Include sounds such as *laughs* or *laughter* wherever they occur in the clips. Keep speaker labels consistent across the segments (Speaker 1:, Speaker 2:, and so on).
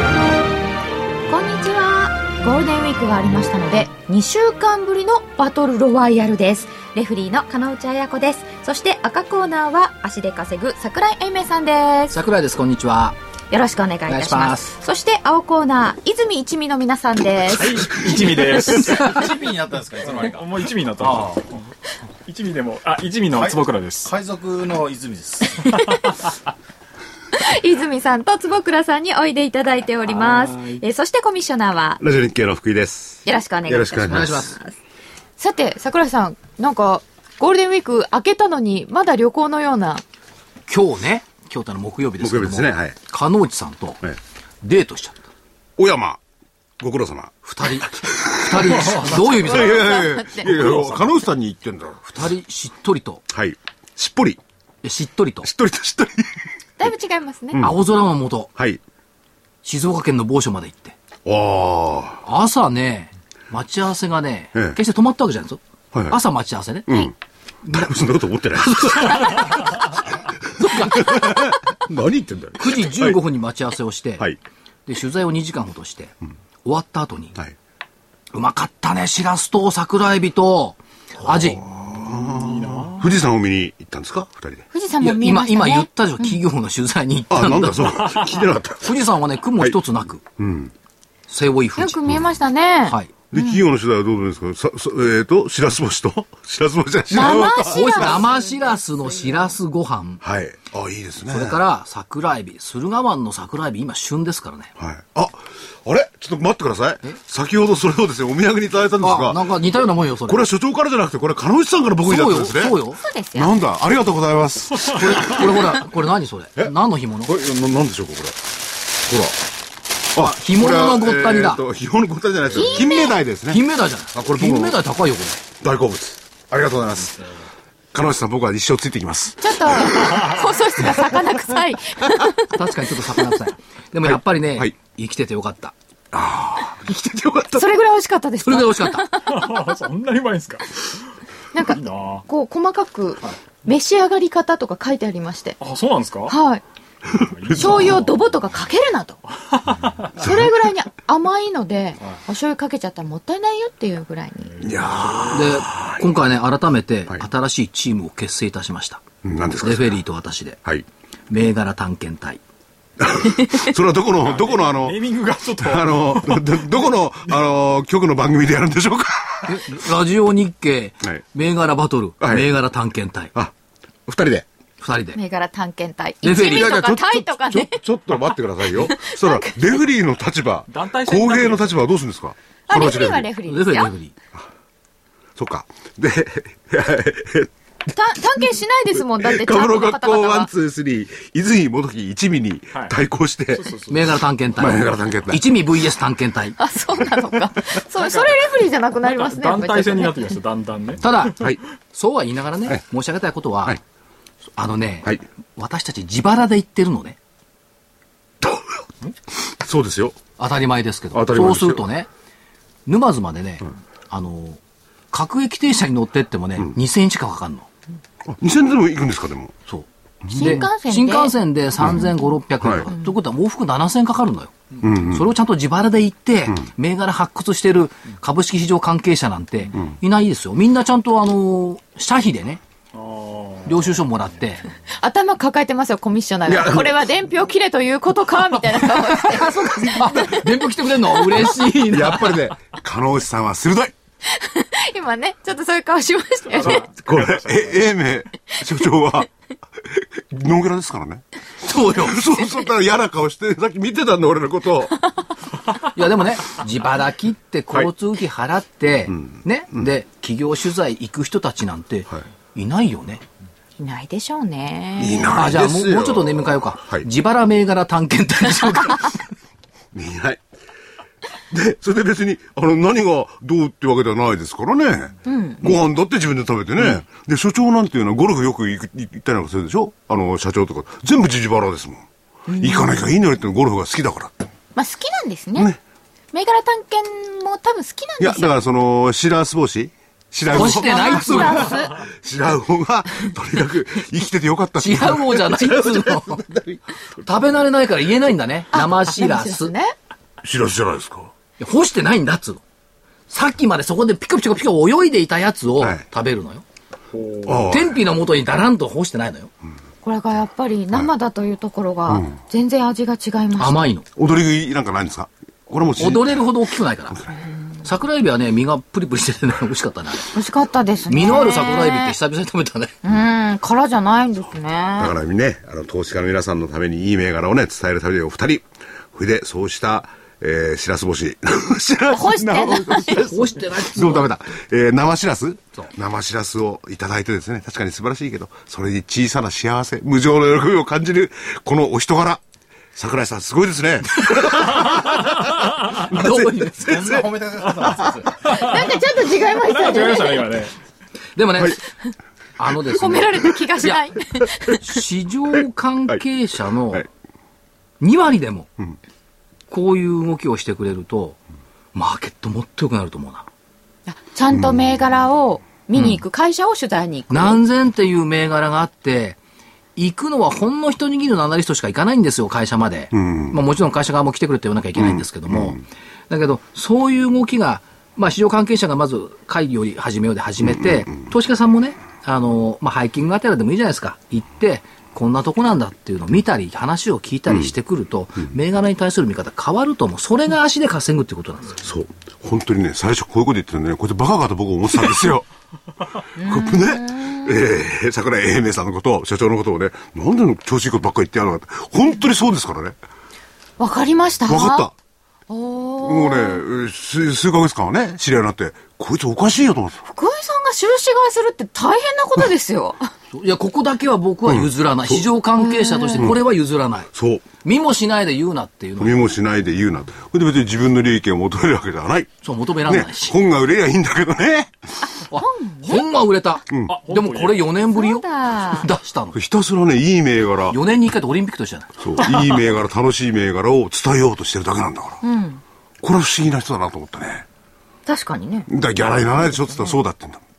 Speaker 1: こんにちはゴールデンウィークがありましたので2週間ぶりのバトルロワイヤルですレフリーの金内彩子ですそして赤コーナーは足で稼ぐ桜井英明さんです
Speaker 2: 桜井ですこんにちは
Speaker 1: よろしくお願いいたし
Speaker 2: お
Speaker 1: ます
Speaker 2: 願いします
Speaker 1: そして青コーナー泉一味の皆さんです
Speaker 3: 一味です。
Speaker 2: チビになったんですかいつの間にか
Speaker 3: もう一味になったの。一味でも、あ、一味の坪倉です。
Speaker 4: 海賊の泉です。
Speaker 1: 泉さんと坪倉さんにおいでいただいておりますえーそしてコミッショナーは
Speaker 5: ラジオ日経の福井です。
Speaker 1: よろしくお願いいたし
Speaker 5: よろしくお願いし
Speaker 2: お
Speaker 5: ま
Speaker 1: ます
Speaker 2: 願いします
Speaker 1: さて桜井さんなんかゴールデンウィーク明けたのにまだ旅行のような
Speaker 2: 今日ね今日ってのは木曜日ですけども
Speaker 5: 木曜日ですねはい
Speaker 2: 加納内さんと
Speaker 5: ええ
Speaker 2: デートしちゃった
Speaker 5: 小山、ご苦労様。
Speaker 2: 二人二
Speaker 5: *laughs*
Speaker 2: 人どういう意味
Speaker 5: い
Speaker 2: だ
Speaker 5: やいやいやいや、カノさんに言ってんだろ。
Speaker 2: 二人しっとりと
Speaker 5: はい。しっぽり。
Speaker 2: えしっとりと
Speaker 5: しっとりとしっとり。
Speaker 1: だいぶ違いますね、
Speaker 2: 青空の下
Speaker 5: はい。
Speaker 2: 静岡県の某所まで行って
Speaker 5: おー。
Speaker 2: 朝ね待ち合わせがね、
Speaker 5: ええ
Speaker 2: 決して止まったわけじゃないんですよ、
Speaker 5: はいはい
Speaker 2: 朝待ち合わせね、
Speaker 5: うん。誰もそんなこと思ってない。 *laughs* 何言ってんだよ。
Speaker 2: 9時15分に待ち合わせをして、
Speaker 5: はい。
Speaker 2: で取材を2時間ほどして、終わった後に、
Speaker 5: はい。
Speaker 2: うまかったねしらすと桜エビとアジ
Speaker 5: 富士山を見に行ったんですか二人で。
Speaker 1: 富士山
Speaker 2: い
Speaker 1: も
Speaker 2: や
Speaker 1: 見えま
Speaker 2: 今
Speaker 1: したね
Speaker 2: 今言ったでしょ、企業の取材に行った
Speaker 5: あ、
Speaker 2: んだ
Speaker 5: なんだ、そう。 *laughs* 聞いてなかった。
Speaker 2: 富士山はね雲一つなく、
Speaker 5: うん。
Speaker 2: 背負い富
Speaker 1: よ
Speaker 2: 士
Speaker 1: く見えましたね、
Speaker 2: はい
Speaker 5: で、企業の取材はどうですかさ、そえっと、しらす干しと、 *laughs* しらす干しじゃしらす
Speaker 1: 生
Speaker 2: こういう
Speaker 1: しら
Speaker 2: 生しらすのしらすご飯
Speaker 5: はい。あ、いいですね。
Speaker 2: それから桜エビ駿河湾の桜エビ今旬ですからね
Speaker 5: はい。あ、あれちょっと待ってください。先ほどそれをですね、お土産にいただいたんです
Speaker 2: あな
Speaker 5: が、
Speaker 2: んか似たようなもんよそれ
Speaker 5: これは所長からじゃなくて、これは金内さんから僕にだ
Speaker 2: そ
Speaker 5: っ
Speaker 2: う
Speaker 5: たん
Speaker 2: よ
Speaker 5: ですね。
Speaker 2: そうよ
Speaker 1: そうですよ
Speaker 4: なんだ、ありがとうございます。
Speaker 2: これこれほらこれ何それ何の干物
Speaker 5: これ、ななんでしょうか、これ。ほら。あ、
Speaker 2: 干物のごったりだ
Speaker 5: これはえーと、干物のごったりじゃないですよ。
Speaker 4: 金目鯛ですね。
Speaker 2: 金目鯛じゃない
Speaker 5: あこれ僕
Speaker 2: 金目鯛高いよこれ
Speaker 5: 大好物。ありがとうございます。
Speaker 4: 金内さん、僕は一生ついてきます。
Speaker 1: ちょっと放送室が魚臭い
Speaker 2: 確かにちょっと魚臭いでもやっぱりね、
Speaker 5: はい
Speaker 2: 生きててよかった
Speaker 5: 生きててよかった。
Speaker 1: それぐらい美味しかったです
Speaker 2: それ
Speaker 1: か
Speaker 2: が美味しかった
Speaker 3: そんなにうまいんすか。
Speaker 1: なんか
Speaker 3: いいなあ
Speaker 1: こう細かく召し上がり方とか書いてありまして
Speaker 3: あ、そうなんですか
Speaker 1: はい醤油をドボとかかけるなとそれぐらいに甘いのでお醤油かけちゃったらもったいないよっていうぐらいに
Speaker 5: いや
Speaker 2: で今回ね改めて
Speaker 5: はい
Speaker 2: 新しいチームを結成いたしました、
Speaker 5: ー、何ですか
Speaker 2: レフェリ
Speaker 5: ー。
Speaker 2: ーと私で
Speaker 5: はい。
Speaker 2: 銘柄探検隊
Speaker 5: それはどこの、どこのあの
Speaker 3: ネ、ーミングがちょっと。
Speaker 5: あの、どどこの、あの、局の番組でやるんでしょうか。
Speaker 2: えラジオ日経、
Speaker 5: はい
Speaker 2: 銘柄バトル、
Speaker 5: はい
Speaker 2: 銘柄探検隊
Speaker 5: あ、二人で。
Speaker 2: 二人で
Speaker 1: 銘柄探検隊
Speaker 2: レ
Speaker 1: 一
Speaker 2: フェリー
Speaker 1: 味と
Speaker 5: ちょ
Speaker 1: かタイとかね
Speaker 5: ちょちょっと待ってください
Speaker 1: *laughs*
Speaker 5: よ。そしたら、レフェリーの立場、
Speaker 3: 団体戦に
Speaker 5: 公
Speaker 3: なってる
Speaker 5: 平の立場はどうするんですか
Speaker 1: あレフェリーはレ
Speaker 5: フ
Speaker 1: フェリ
Speaker 2: レ
Speaker 1: ー
Speaker 2: フ
Speaker 1: で
Speaker 2: ェリー
Speaker 1: すよ
Speaker 2: レフェリー
Speaker 5: そっか。で、
Speaker 1: た探検しないですもんだってちゃ
Speaker 5: カ
Speaker 1: ん
Speaker 5: ムロ
Speaker 1: との
Speaker 5: 学
Speaker 1: 方
Speaker 5: 校
Speaker 1: 々
Speaker 5: ワン、
Speaker 1: は
Speaker 5: ツー、スリー、泉元木一味に
Speaker 3: はい
Speaker 5: 対抗して、
Speaker 2: 銘柄探検隊
Speaker 5: 銘柄探検隊
Speaker 2: 一味 VS 探検隊
Speaker 1: あそうなのかそうそれレフェリーじゃなくなりますね
Speaker 3: 団体戦にな
Speaker 1: や
Speaker 3: っ
Speaker 1: って
Speaker 3: きました、だんだんね。
Speaker 2: ただ、
Speaker 5: はい
Speaker 2: そうは言いながらね、
Speaker 5: はい
Speaker 2: 申し上げたいことは、
Speaker 5: はい
Speaker 2: あのね、
Speaker 5: はい
Speaker 2: 私たち自腹で行ってるのね
Speaker 5: そうですよ。
Speaker 2: 当たり前ですけど
Speaker 5: 当たり
Speaker 2: そう
Speaker 5: 前です
Speaker 2: す
Speaker 5: よ
Speaker 2: るとね沼津までね、あの各駅停車に乗ってってもね、2000円近くかかるの
Speaker 5: あ2000でも行くんですか、でも。
Speaker 2: そう
Speaker 1: 新幹線で
Speaker 2: 新幹線で3500、600円とか、
Speaker 5: はい
Speaker 2: ということは往復7000円かかるのよ、
Speaker 5: うんうん
Speaker 2: それをちゃんと自腹で行って、銘柄発掘してる株式市場関係者なんていないですよみんなちゃんとあの社費でね
Speaker 3: あー
Speaker 2: 領収書もらって
Speaker 1: 頭抱えてますよコミッショナー
Speaker 5: い
Speaker 1: が
Speaker 5: や
Speaker 1: これは伝票切れということか
Speaker 5: *laughs*
Speaker 1: みたいな顔して
Speaker 2: あそうか *laughs* あ電報来てくれるの嬉しい
Speaker 5: や
Speaker 2: な
Speaker 5: っぱりね、カノさんは鋭い。
Speaker 1: 今ねちょっとそういう顔しましたよね
Speaker 5: これ、え、英明所長は、ノーギャラですからね。
Speaker 2: そうよ
Speaker 5: そうそう、だから嫌な顔して、さっき見てたんだ、俺のことを。
Speaker 2: いやでもね自腹切って交通費払って、ね、で企業取材行く人たちなんて
Speaker 5: はい
Speaker 2: いないよね、
Speaker 1: いないでしょうね
Speaker 5: *laughs* いな
Speaker 2: あ
Speaker 5: い
Speaker 2: じゃあ
Speaker 5: です
Speaker 2: も
Speaker 5: よ。
Speaker 2: うもうちょっとね向かようか、
Speaker 5: はい *laughs*
Speaker 2: 自腹銘柄探検隊でしょうか
Speaker 5: いない。で、それで別に、あの、何がどうってわけではないですからね。ご飯だって自分で食べてね。で、所長なんていうのはゴルフよく行く行ったりなんかするでしょあの、社長とか。全部自腹ですもん。行かなきゃいいのにってゴルフが好きだからって。
Speaker 1: まあ好きなんですね。銘柄探検も多分好きなん
Speaker 5: いや、
Speaker 1: です
Speaker 5: だ
Speaker 1: よ。
Speaker 5: からその、シラス帽子白
Speaker 2: 干してないっつうの。
Speaker 5: 白魚が、とにかく生きててよかったってい
Speaker 2: 違
Speaker 5: う
Speaker 2: うもんじゃないっつう
Speaker 5: *laughs*
Speaker 2: の。食べ慣れないから言えないんだね。生しら。
Speaker 1: ですす
Speaker 2: い
Speaker 1: ね。
Speaker 5: シラスじゃないですか。
Speaker 2: や干してないんだっつうの。さっきまでそこでピカピカピカ泳いでいたやつを
Speaker 5: はい
Speaker 2: 食べるのよ。
Speaker 5: ああ。
Speaker 2: 天日のもとにだらんと干してないのよ。
Speaker 1: これがやっぱり生だというところが全然味が違いました。
Speaker 2: 甘いの。
Speaker 5: 踊り食いなんかないんですかこれもし
Speaker 2: 踊れるほど大きくないから。桜エビはね、身がプリプリしててね、美味しかったね。
Speaker 1: 美味しかったですね。
Speaker 2: 身のある桜エビって久々に食べたね。
Speaker 1: うん、殻じゃないんですね。
Speaker 5: だからね、あの、投資家の皆さんのためにいい銘柄をね、伝えるためにお二人、それで、そうした、えー、しらす干し。 *laughs* しらす
Speaker 1: 干してない
Speaker 5: *laughs*
Speaker 2: 干してないっつう
Speaker 5: どう
Speaker 2: の。
Speaker 5: も食べた。えー、生しらす
Speaker 2: そう
Speaker 5: 生しらすをいただいてですね、確かに素晴らしいけど、それに小さな幸せ、無常の喜びを感じる、このお人柄。桜井さん、すごいですね。
Speaker 2: どういう
Speaker 4: 全然褒めてくださ
Speaker 1: な
Speaker 4: い。
Speaker 1: んかちょっと違いました
Speaker 5: *laughs*
Speaker 3: 違
Speaker 1: ね
Speaker 3: いまし。たね、今ね。
Speaker 2: でもね、あのです
Speaker 1: 褒め
Speaker 2: ね
Speaker 1: ら、れた気がしない。
Speaker 2: 市場関係者の
Speaker 5: はいはい
Speaker 2: 2割でも、こういう動きをしてくれると、マーケットもっと良くなると思うな。
Speaker 1: ちゃんと銘柄を見に行く、会社を取材に行く。
Speaker 2: 何千っていう銘柄があって、行くのはほんの一握りのアナリストしか行かないんですよ、会社まで。まあ、もちろん会社側も来てくれって言わなきゃいけないんですけども。だけど、そういう動きが、まあ、市場関係者がまず会議を始めようで始めて、投資家さんもね、あの、まあ、ハイキングあたりでもいいじゃないですか。行って、こんなとこなんだっていうのを見たり、話を聞いたりしてくると、銘柄に対する見方変わると思う。それが足で稼ぐっていうことなんですよ。
Speaker 5: そう。本当にね、最初こういうこと言ってたんでね、こいつバカかと僕思ってたんですよ。これね、えー、桜井英明さんのことを、社長のことをね、なんで調子いいことばっかり言ってやるのかって、本当にそうですからね。
Speaker 1: わかりました
Speaker 5: 分かった。
Speaker 1: た。おー
Speaker 5: もうねえー、数数ヶ月間はね、知り合いになって、こいつおかしいよと思ってた。
Speaker 1: 福井さんが収支買いするって大変なことで
Speaker 2: *laughs*
Speaker 1: すよ。
Speaker 2: いや、ここだけは僕は譲らない。市場関係者としてこれは譲らない。
Speaker 5: そう。
Speaker 2: 見もしないで言うなっていうの
Speaker 5: 見もしないで言うなと。それで別に自分の利益を求めるわけではない。
Speaker 2: そう求められ
Speaker 5: ね
Speaker 2: ないし、、
Speaker 5: 本が売れりゃいいんだけどね。
Speaker 2: あ本が売れた、
Speaker 3: あ
Speaker 2: でもこれ4年ぶり
Speaker 1: そ
Speaker 2: よ
Speaker 1: うだ。
Speaker 2: 出したの
Speaker 5: ひたすらね、いい銘柄、
Speaker 2: 4年に1回とオリンピックとしてない
Speaker 5: そう、いい銘柄、楽しい銘柄を伝えようとしてるだけなんだから。これは不思議な人だなと思ったね。
Speaker 1: 確か
Speaker 2: *laughs*
Speaker 1: にね。
Speaker 5: だからギャラにならないでしょって言ったらそうだって言うんだもん。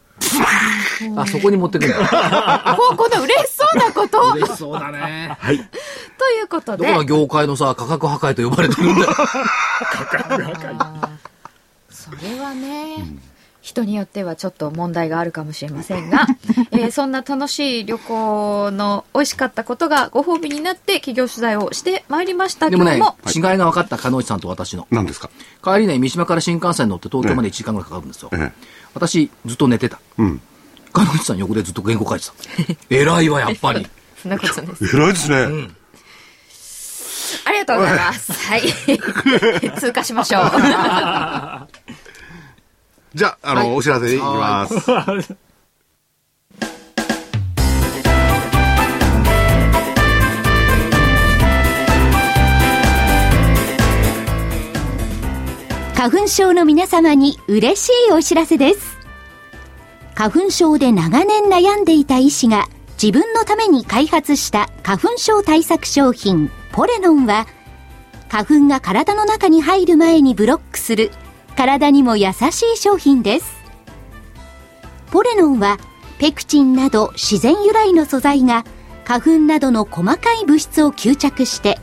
Speaker 2: あそこに持ってくるんだ
Speaker 1: こう、この嬉しそうなこととい
Speaker 2: 嬉しそうだね
Speaker 1: うこ
Speaker 2: *laughs*
Speaker 1: と
Speaker 2: ど
Speaker 1: で
Speaker 2: こ、が業界のさ価格破壊と呼ばれてるんだよ
Speaker 1: それはね、人によってはちょっと問題があるかもしれませ
Speaker 2: *laughs*
Speaker 1: んが、えーそんな楽しい旅行の美味しかったことがご褒美になって企業取材をしてまいりましたけ
Speaker 2: *laughs* で
Speaker 1: ど
Speaker 2: も
Speaker 1: も、
Speaker 2: ね、違いが分かった鹿内さんと私の
Speaker 5: 何ですか
Speaker 2: 帰りね三島から新幹線乗って東京まで1時間ぐらいかかるんですよ、
Speaker 5: ええ
Speaker 2: 私ずっと寝てた、
Speaker 5: うん。
Speaker 2: 鹿内さん横でずっと原稿書い *laughs* てた偉いわやっぱり
Speaker 1: そんなことです。
Speaker 5: 偉いですね。
Speaker 1: ありがとうございます。
Speaker 2: *laughs*
Speaker 1: はい。通過しましょう。
Speaker 5: じゃあ、あの、
Speaker 2: はい
Speaker 5: お知らせに行きます。
Speaker 6: 花粉症の皆様に嬉しいお知らせです。花粉症で長年悩んでいた医師が自分のために開発した花粉症対策商品ポレノンは花粉が体の中に入る前にブロックする体にも優しい商品です。ポレノンはペクチンなど自然由来の素材が花粉などの細かい物質を吸着して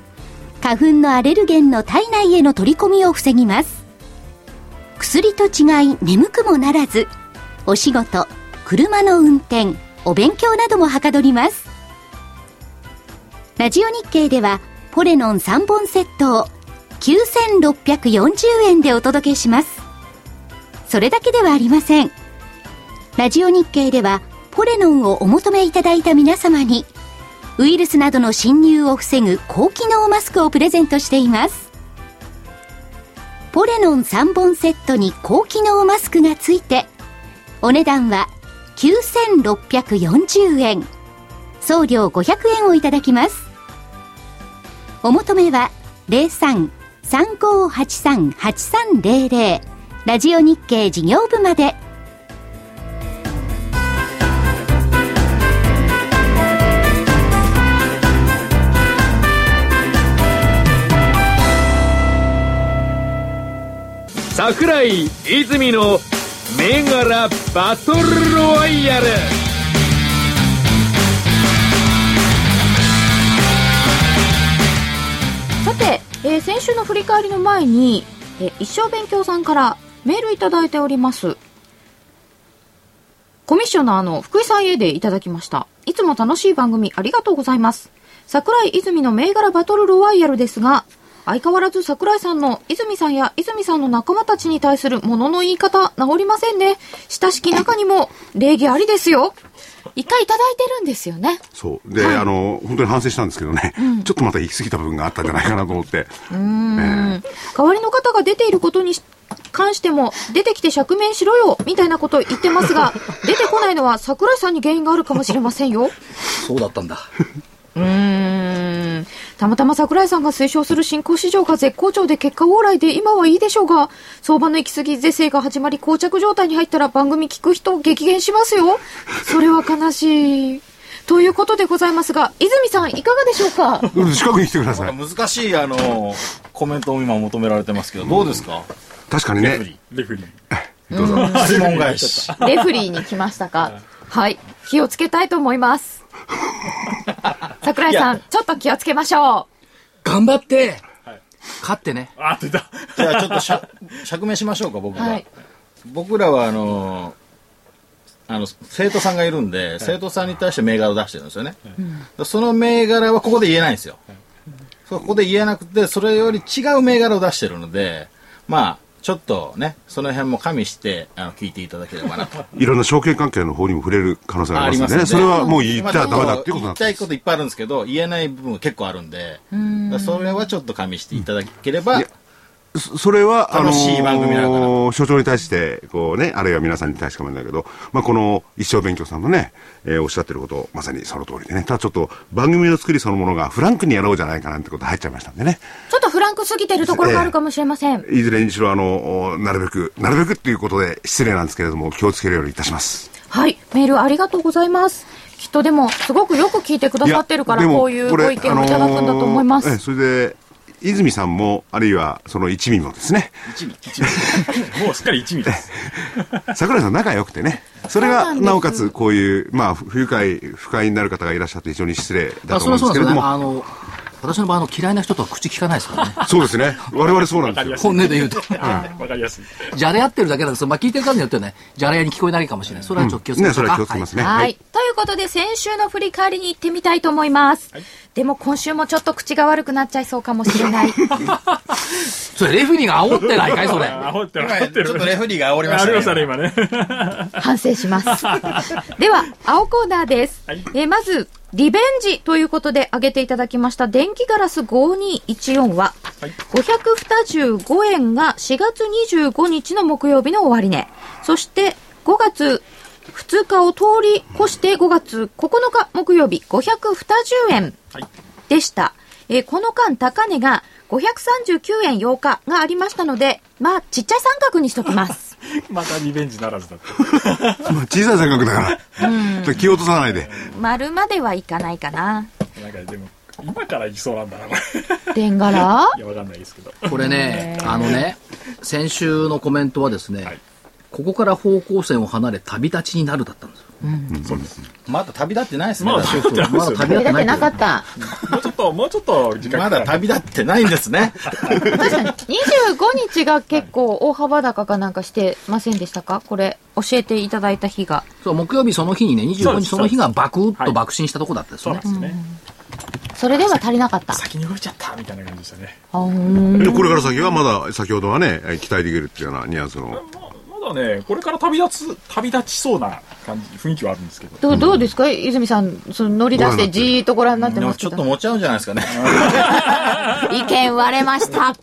Speaker 6: 花粉のアレルゲンの体内への取り込みを防ぎます薬と違い眠くもならずお仕事車の運転お勉強などもはかどりますラジオ日経ではポレノン3本セットを9640円でお届けしますそれだけではありませんラジオ日経ではポレノンをお求めいただいた皆様にウイルスなどの侵入を防ぐ高機能マスクをプレゼントしていますポレノン3本セットに高機能マスクがついてお値段は9640円送料500円をいただきますお求めは03 3583-8300ラジオ日経事業部まで
Speaker 7: 桜井泉の銘柄バトルロワイヤル
Speaker 1: さて、えー先週の振り返りの前に、えー一生勉強さんからメールいただいておりますコミッショナーの福井さんへでいただきましたいつも楽しい番組ありがとうございます桜井泉の銘柄バトルロワイヤルですが相変わらず桜井さんの泉さんや泉さんの仲間たちに対するものの言い方治りませんね親しき中にも礼儀ありですよ一回いただいてるんですよね
Speaker 5: そう。で、あの、本当に反省したんですけどね、ちょっとまた行き過ぎた部分があったんじゃないかなと思って。
Speaker 1: うん代わりの方が出ていることにし関しても、出てきて釈明しろよみたいなことを言ってます *laughs* が、出てこないのは桜井さんに原因があるかもしれませんよ。
Speaker 2: そうだったんだ。
Speaker 1: うーん。たまたま桜井さんが推奨する新興市場が絶好調で結果往来で今はいいでしょうが、相場の行き過ぎ是正が始まり膠着状態に入ったら番組聞く人激減しますよ。それは悲しい。ということでございますが、泉さんいかがでしょうか
Speaker 5: 近くに来てくださ
Speaker 4: なん
Speaker 5: い。
Speaker 4: か難しい、あの、コメントを今求められてますけど、どうですか
Speaker 5: 確かに
Speaker 4: レフリ
Speaker 5: ね、
Speaker 3: レフリー。
Speaker 5: どうぞ。
Speaker 4: 質問返し。
Speaker 1: *laughs* レフリーに来ましたか。はい。気をつけたいと思い
Speaker 5: *laughs*
Speaker 1: ます。桜井さん、ちょっと気をつけましょ
Speaker 2: 頑張って、勝ってね。
Speaker 3: あ、出た。
Speaker 4: じゃあちょっとしゃ釈明しましょうか、僕
Speaker 1: う。
Speaker 4: が。
Speaker 1: はい。
Speaker 4: 僕らは、あの、あの生徒さんがいるんで、生徒さんに対して銘柄を出してるんですよね、その銘柄はここで言えないんですよ、そうここで言えなくてそれより違う銘柄を出してるのでまあちょっとねその辺も加味してあの聞いていただければなと
Speaker 5: いろんな証券関係の方にも触れる可能性があります
Speaker 4: あ
Speaker 5: ね。
Speaker 4: ります
Speaker 5: そ
Speaker 4: ね
Speaker 5: れはもう *laughs* 言ったらダメだっていうことなん
Speaker 4: 言い
Speaker 5: です
Speaker 4: たいこといっぱいあるんですけど言えない部分が結構あるんでだからそれはちょっと加味していただければ、
Speaker 5: そそれは、あの
Speaker 4: 楽しい番組だから
Speaker 5: 所長に対して、こうね、あるいは皆さんに対してかもなんだけど、まあ、この一生勉強さんのね、えーおっしゃってること、まさにその通りでね、ただちょっと番組の作りそのものがフランクにやろうじゃないかなんてこと入っちゃいましたんでね、
Speaker 1: ちょっとフランクすぎてるところがあるかもしれません。
Speaker 5: いずれにしろ、あの、おなるべく、なるべくっていうことで失礼なんですけれども、気をつけるようにいたします。
Speaker 1: はい。メールありがとうございます。きっとでも、すごくよく聞いてくださってるから、
Speaker 5: やでも
Speaker 1: こういう
Speaker 5: れ
Speaker 1: ご意見をいただくんだと思いま
Speaker 5: あのーええ
Speaker 1: す。
Speaker 5: それで、泉さんも、あるいはその一味もですね、
Speaker 3: *laughs* もうすっかり一味です。
Speaker 5: 桜井さん仲良くてね。それ
Speaker 1: そうな
Speaker 5: が、
Speaker 1: んです
Speaker 5: なおかつ、こういう、まあ、不愉快、不快になる方がいらっしゃって非常に失礼だと
Speaker 2: それは
Speaker 5: 思うん
Speaker 2: そうな
Speaker 5: です
Speaker 2: んで
Speaker 5: け
Speaker 2: すよ
Speaker 5: れど
Speaker 2: ね。
Speaker 5: も。
Speaker 2: あの、私の場合、あの、嫌いな人とは口聞かないですからね。
Speaker 5: そうですね。我々そうなんですよ。
Speaker 2: 本音で言うと。
Speaker 3: わかりやすい。
Speaker 2: じゃれ合ってるだけなんですよ。まあ、聞いてる方によってはね、じゃれ合いに聞こえないかもしれない。それはちょっと気をつけ
Speaker 5: ね、
Speaker 2: まし
Speaker 5: そ
Speaker 2: ょう
Speaker 5: れ
Speaker 2: か
Speaker 5: は気をつけますね。
Speaker 1: はい、。ということで、先週の振り返りに行ってみたいと思います。でも、今週もちょっと口が悪くなっちゃいそうかもしれない。
Speaker 2: それレフェリーが煽ってないかいそれ。
Speaker 3: あ、ほってる、
Speaker 4: 今
Speaker 3: ほってる。
Speaker 4: ちょっとレフェリーが煽りまし
Speaker 3: あ
Speaker 4: た
Speaker 3: り
Speaker 4: ね
Speaker 3: ましたね、今ね。 *laughs*
Speaker 1: 反省します。 *laughs* では、青コーナーです。
Speaker 3: はい
Speaker 1: えーまず、リベンジということで挙げていただきました電気ガラス5214は、
Speaker 3: はい
Speaker 1: 525円が4月25日の木曜日の終値、そして5月2日を通り越して5月9日木曜日520円
Speaker 3: はい
Speaker 1: でした。えーこの間高値が539円8日がありましたので、まあ、ちっちゃい三角にしときます。
Speaker 3: またリベンジならずだった。
Speaker 5: まあ小さい三角だから。ちょっと気を落とさないで。
Speaker 1: 丸まではいかないかな。
Speaker 3: なんかでも、今から行きそうなんだな、 *laughs* これ。
Speaker 1: でんがら
Speaker 3: いや、わかんないですけど。
Speaker 2: これね、あのね、先週のコメントはですね、
Speaker 3: はい
Speaker 2: ここから方向線を離れ旅立ちになるだったんですよ。
Speaker 3: そうです。
Speaker 4: まだ旅立ってないですね、
Speaker 3: まあ
Speaker 4: 私
Speaker 3: そうですよね
Speaker 2: まだ旅立ってないけど
Speaker 1: た。
Speaker 3: もうちょっと、もうちょっと時間
Speaker 4: ま
Speaker 3: かか
Speaker 4: だ
Speaker 3: る
Speaker 4: 旅立ってないんですね
Speaker 1: 確かに、25日が結構大幅高かなんかしてませんでしたかこれ、教えていただいた日が。
Speaker 2: そう木曜日その日にね、25日その日がバクッ
Speaker 3: はい
Speaker 2: と爆心したとこだったんです
Speaker 3: そう
Speaker 2: よ
Speaker 3: な
Speaker 2: ね
Speaker 3: ん。ですね。
Speaker 1: それでは足りなかった。
Speaker 3: 先に動いちゃったみたいな感じでしたね。
Speaker 1: あー
Speaker 5: で、これから先はまだ、先ほどはね、えー期待できるっていうようなニュアンスの。
Speaker 3: ままだね、これから旅立つ、旅立ちそうな感じ、雰囲気はあるんですけど。
Speaker 1: どうどうですか泉さん、その乗り出してじーっとご覧になって
Speaker 4: で
Speaker 1: ま
Speaker 4: も
Speaker 1: す
Speaker 4: ち
Speaker 1: け
Speaker 4: ょっと
Speaker 1: ど。
Speaker 4: 持ち合うんじゃないですかね
Speaker 1: 意見割れました。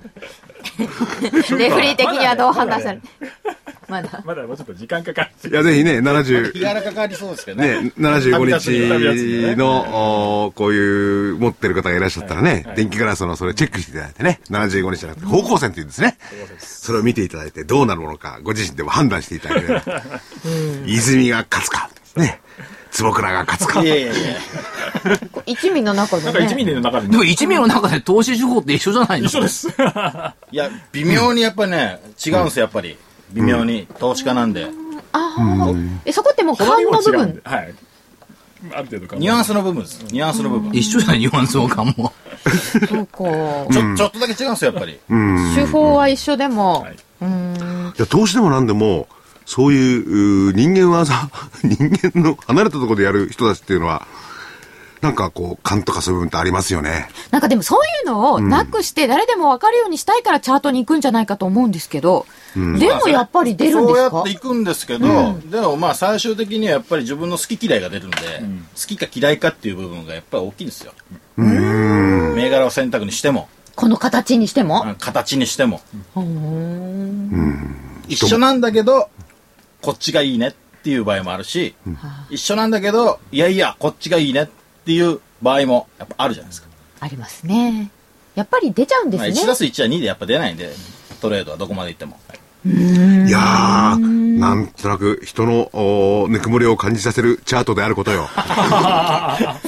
Speaker 1: レフリー的にはどう判断したのまだ。
Speaker 3: まだもうちょっと時間かかる
Speaker 5: いや、ぜひね、70、
Speaker 4: 日がらかかりそうです
Speaker 5: *laughs*
Speaker 4: けどね。
Speaker 5: ね、75日の、おーこういう持ってる方がいらっしゃったらね、電気ガラスのそれチェックしていただいてね、75日じゃなくて方向線っていうんですね。それを見ていただいてどうなるものか、ご自身でも判断していただければ。泉が勝つか、ね、坪倉が勝つか
Speaker 4: い。やいやいや。
Speaker 1: 一味の中で
Speaker 3: なんか一
Speaker 1: ね。
Speaker 3: ミリの中で
Speaker 2: でも一名の中で投資手法って一緒じゃないの
Speaker 3: 一緒です。
Speaker 4: いや、微妙にやっぱね、違うんですよ、やっぱり。微妙に。投資家なんで。
Speaker 1: ああ、え、そこってもう勘の部
Speaker 3: 違うん
Speaker 1: 分
Speaker 3: で。。はい。ある程度考え
Speaker 4: ニュアンスの部分です。ニュアンスの部分。ち
Speaker 2: 一緒じゃないニュアンスも感も。
Speaker 1: そうか。
Speaker 4: ょちょっとだけ違うんですよ、やっぱり。
Speaker 1: 手法は一緒でも。
Speaker 5: いや投資でも何でもそういううー人間はさ *laughs* 人間の離れたところでやる人たちっていうのはなんかこう勘とかそういう部分ってありますよね
Speaker 1: なんかでもそういうのをなくして誰でも分かるようにしたいからチャートに行くんじゃないかと思うんですけど、でもやっぱり出るんです
Speaker 4: そうや
Speaker 1: か
Speaker 4: っていくんですけど、でもまあ最終的にはやっぱり自分の好き嫌いが出るんで、好きか嫌いかっていう部分がやっぱり大きいんですよ。銘柄を選択にしても、
Speaker 1: この形にしても。
Speaker 4: うん形にしても。一緒なんだけど、こっちがいいねっていう場合もあるし、一緒なんだけど、いやいや、こっちがいいねっていう場合もやっぱあるじゃないですか。
Speaker 1: ありますね。やっぱり出ちゃうんで
Speaker 4: まあ、
Speaker 1: す
Speaker 4: 1た
Speaker 1: ね。
Speaker 4: す1は2でやっぱ出ないんで、トレードはどこまで行っても。
Speaker 5: いやーなんとなく人のおーぬくもりを感じさせるチャートであることよ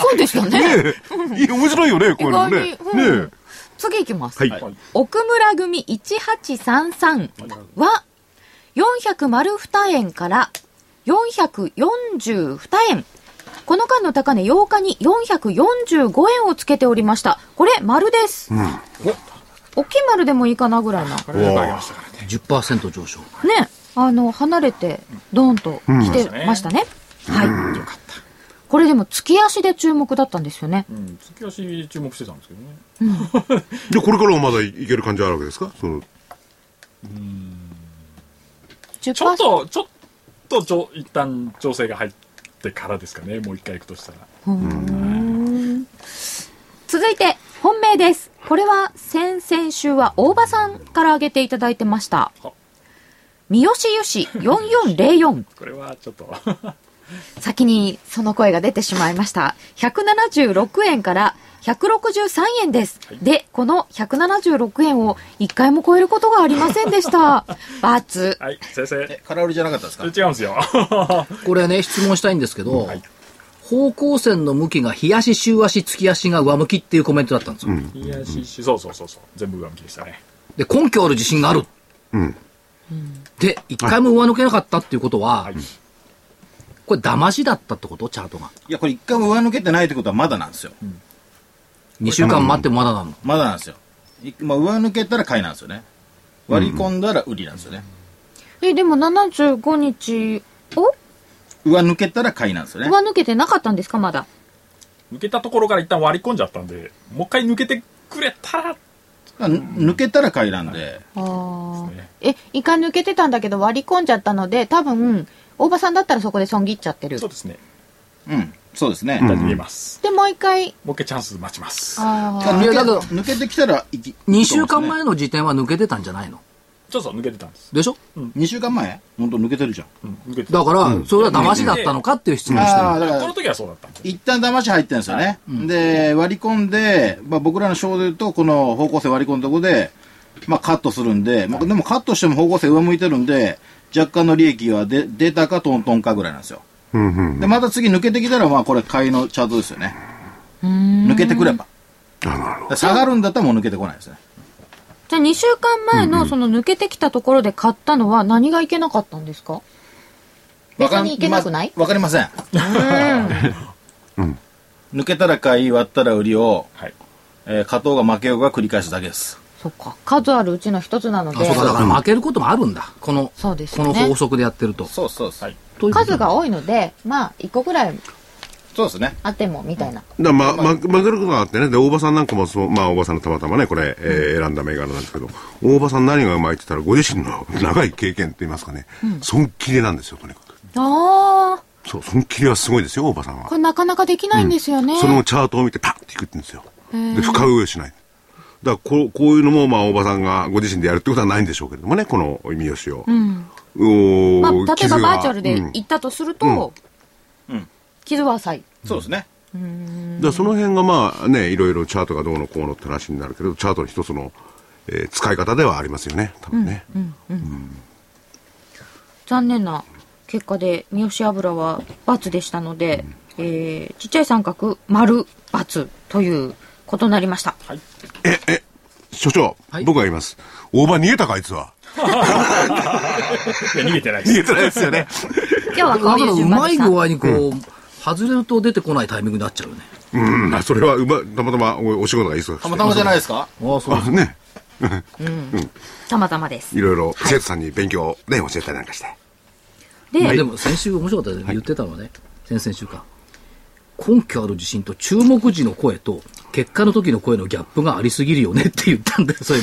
Speaker 1: そうですよね。
Speaker 5: *laughs* いや面白いよねこういうのね
Speaker 1: 意外にうん
Speaker 5: ね
Speaker 1: 次行きます。
Speaker 5: はい、
Speaker 1: 奥村組1833は400丸2円から442円。この間の高値8日に445円をつけておりました。これ、丸です。お大きい丸でもいいかなぐらいな。ね、
Speaker 2: 10%上昇。
Speaker 1: あの、離れて、ドーンと来てましたね。はい。これでも、月足で注目だったんですよね。
Speaker 3: うん、月足注目してたんですけどね。
Speaker 5: でこれからもまだいける感じはあるわけですかその
Speaker 1: 10%
Speaker 3: ちょっと、ちょっとちょ、一旦調整が入ってからですかね。もう一回行くとしたら。
Speaker 1: 続いて本命ですこれは先々週は大場さんから挙げていただいてました
Speaker 3: は
Speaker 1: 三好由志4404
Speaker 3: これはちょっと。 *laughs*
Speaker 1: 先にその声が出てしまいました176円から163円です、でこの176円を1回も超えることがありませんでした
Speaker 3: *laughs*
Speaker 1: バツ
Speaker 3: はい、先生。
Speaker 4: え、空売りじゃなかったですか
Speaker 3: 違うんですよ。
Speaker 2: これね、質問したいんですけど、方向線の向きが日足、週足、月足が上向きっていうコメントだったんですよ。
Speaker 3: いやししそうそうそうそう。全部上向きでしたね。
Speaker 2: で、根拠ある自信がある。で、一回も上抜けなかったっていうことは、
Speaker 3: はい。
Speaker 2: これ、騙しだったってことチャートが。
Speaker 4: いや、これ一回も上抜けてないってことはまだなんですよ。
Speaker 2: 2週間待ってもまだなの。
Speaker 4: まだなんですよ。いまあ、上抜けたら買いなんですよね。割り込んだら売りなんですよね。
Speaker 1: えでも75日を
Speaker 4: 上抜けたら買いなんですよね。
Speaker 1: 上抜けてなかったんですかまだ
Speaker 3: 抜けたところから一旦割り込んじゃったんで、もう一回抜けてくれたら、
Speaker 4: あぬ抜けたら買いなんで、
Speaker 1: ああ
Speaker 3: ですね。
Speaker 1: え、一回抜けてたんだけど割り込んじゃったので、多分、大場さんだったらそこで損切っちゃってる
Speaker 3: そう。ですね。
Speaker 4: うん、そうですね。
Speaker 3: 大丈夫見えます。
Speaker 1: で、もう一回、
Speaker 3: もう一回チャンス待ちます。
Speaker 1: あ
Speaker 4: だから抜け
Speaker 2: いやだから
Speaker 4: 抜けてきたら行き、
Speaker 2: 2週間
Speaker 4: 行く
Speaker 2: 前の時点は抜けてたんじゃないの
Speaker 3: ちょっと抜けてたんです。
Speaker 2: でしょ
Speaker 4: と思うんですね。2週間前本当抜けてるじゃん。
Speaker 3: うん、抜けてた。
Speaker 2: だから、それは騙しだったのかっていう質問をしてる
Speaker 4: あ。あ、だか
Speaker 3: この
Speaker 4: ら、
Speaker 3: 時はそうだったんです。
Speaker 4: 一旦騙し入ってるんですよね。で、割り込んで、まあ僕らの章で言うと、この方向性割り込んだとこで、まあカットするんで、まあでもカットしても方向性上向いてるんで、若干の利益は出出たかトントンかぐらいなんですよ。
Speaker 5: うんうん
Speaker 4: で、また次抜けてきたら、まあこれ買いのチャートですよね。抜けてくれば。下がるんだったらもう抜けてこないですね。
Speaker 1: じゃあ2週間前のその抜けてきたところで買ったのは何がいけなかったんですか別にいけなくない
Speaker 4: わかんまわかりません。抜けたら買い、割ったら売りを、
Speaker 3: はい。
Speaker 4: えー、勝とうが負けようが繰り返すだけです。
Speaker 1: そっか。数あるうちの一つなの
Speaker 2: あ
Speaker 1: で
Speaker 2: そう、かだから負けることもあるんだ。この、
Speaker 1: そうです
Speaker 2: こ
Speaker 1: よね
Speaker 2: の法則でやってると。
Speaker 4: そうそうそう。
Speaker 2: ということ
Speaker 1: 数が多いので、まあ、1個ぐらい
Speaker 4: そうですね。
Speaker 1: あっても、みたいな。
Speaker 5: だま、ま、負けることがあってね、で、大場さんなんかもそう、まあ、大場さんのたまたまね、これ、えー選んだ銘柄なんですけど、大場さん何がうまいって言ったら、ご自身の長い経験と言いますかね、損切れなんですよ、とにかく。
Speaker 1: ああ、
Speaker 5: そう、損切れはすごいですよ、大場さんは
Speaker 1: こ。れなかなかできないんですよね。
Speaker 5: そのチャートを見て、パッていくって言うんですよ。で、深植えをしない。だからこう、こういうのも、まあ、大場さんがご自身でやるってことはないんでしょうけれどもね、この三好を。お
Speaker 1: まあ、
Speaker 5: ー
Speaker 1: 例え
Speaker 5: 傷
Speaker 1: ば
Speaker 5: が
Speaker 1: バーチャルで
Speaker 5: うん
Speaker 1: 行ったとすると、
Speaker 4: うん
Speaker 1: 傷は浅い。
Speaker 4: そうですね。
Speaker 5: だからその辺がまあね、いろいろチャートがどうのこうのって話になるけど、チャートの一つの、えー使い方ではありますよね、多分ね。
Speaker 1: 残念な結果で三好油は×でしたので、えーちっちゃい三角丸×ということになりました。
Speaker 5: え、え、所長、
Speaker 2: はい
Speaker 5: 僕が言います。大場逃げたか、あいつは。
Speaker 3: いや逃げてないです
Speaker 5: 逃げてないですよね。
Speaker 1: 今日はこ
Speaker 2: だ
Speaker 1: う
Speaker 2: か
Speaker 1: い
Speaker 2: ら
Speaker 1: う
Speaker 2: う
Speaker 1: 順番
Speaker 2: ま
Speaker 1: で
Speaker 2: い
Speaker 1: し
Speaker 2: 具
Speaker 1: た。
Speaker 2: 合にこう、外れると出てこないタイミングになっちゃうよね。
Speaker 5: うん、まあそれはうま、たまたまおお仕事が忙しく
Speaker 4: た
Speaker 5: て
Speaker 4: またまじゃないですか
Speaker 2: ああ、そう
Speaker 5: あね、
Speaker 1: たまたまです。
Speaker 5: いろいろ生徒さんに勉強をね、教えたりなんかして。
Speaker 1: で、
Speaker 2: まあでも先週面白かったですね言ってたのはね、先々週か。根拠ある自信と注目時の声と結果の時の声のギャップがありすぎるよねって言ったんだよ、そうい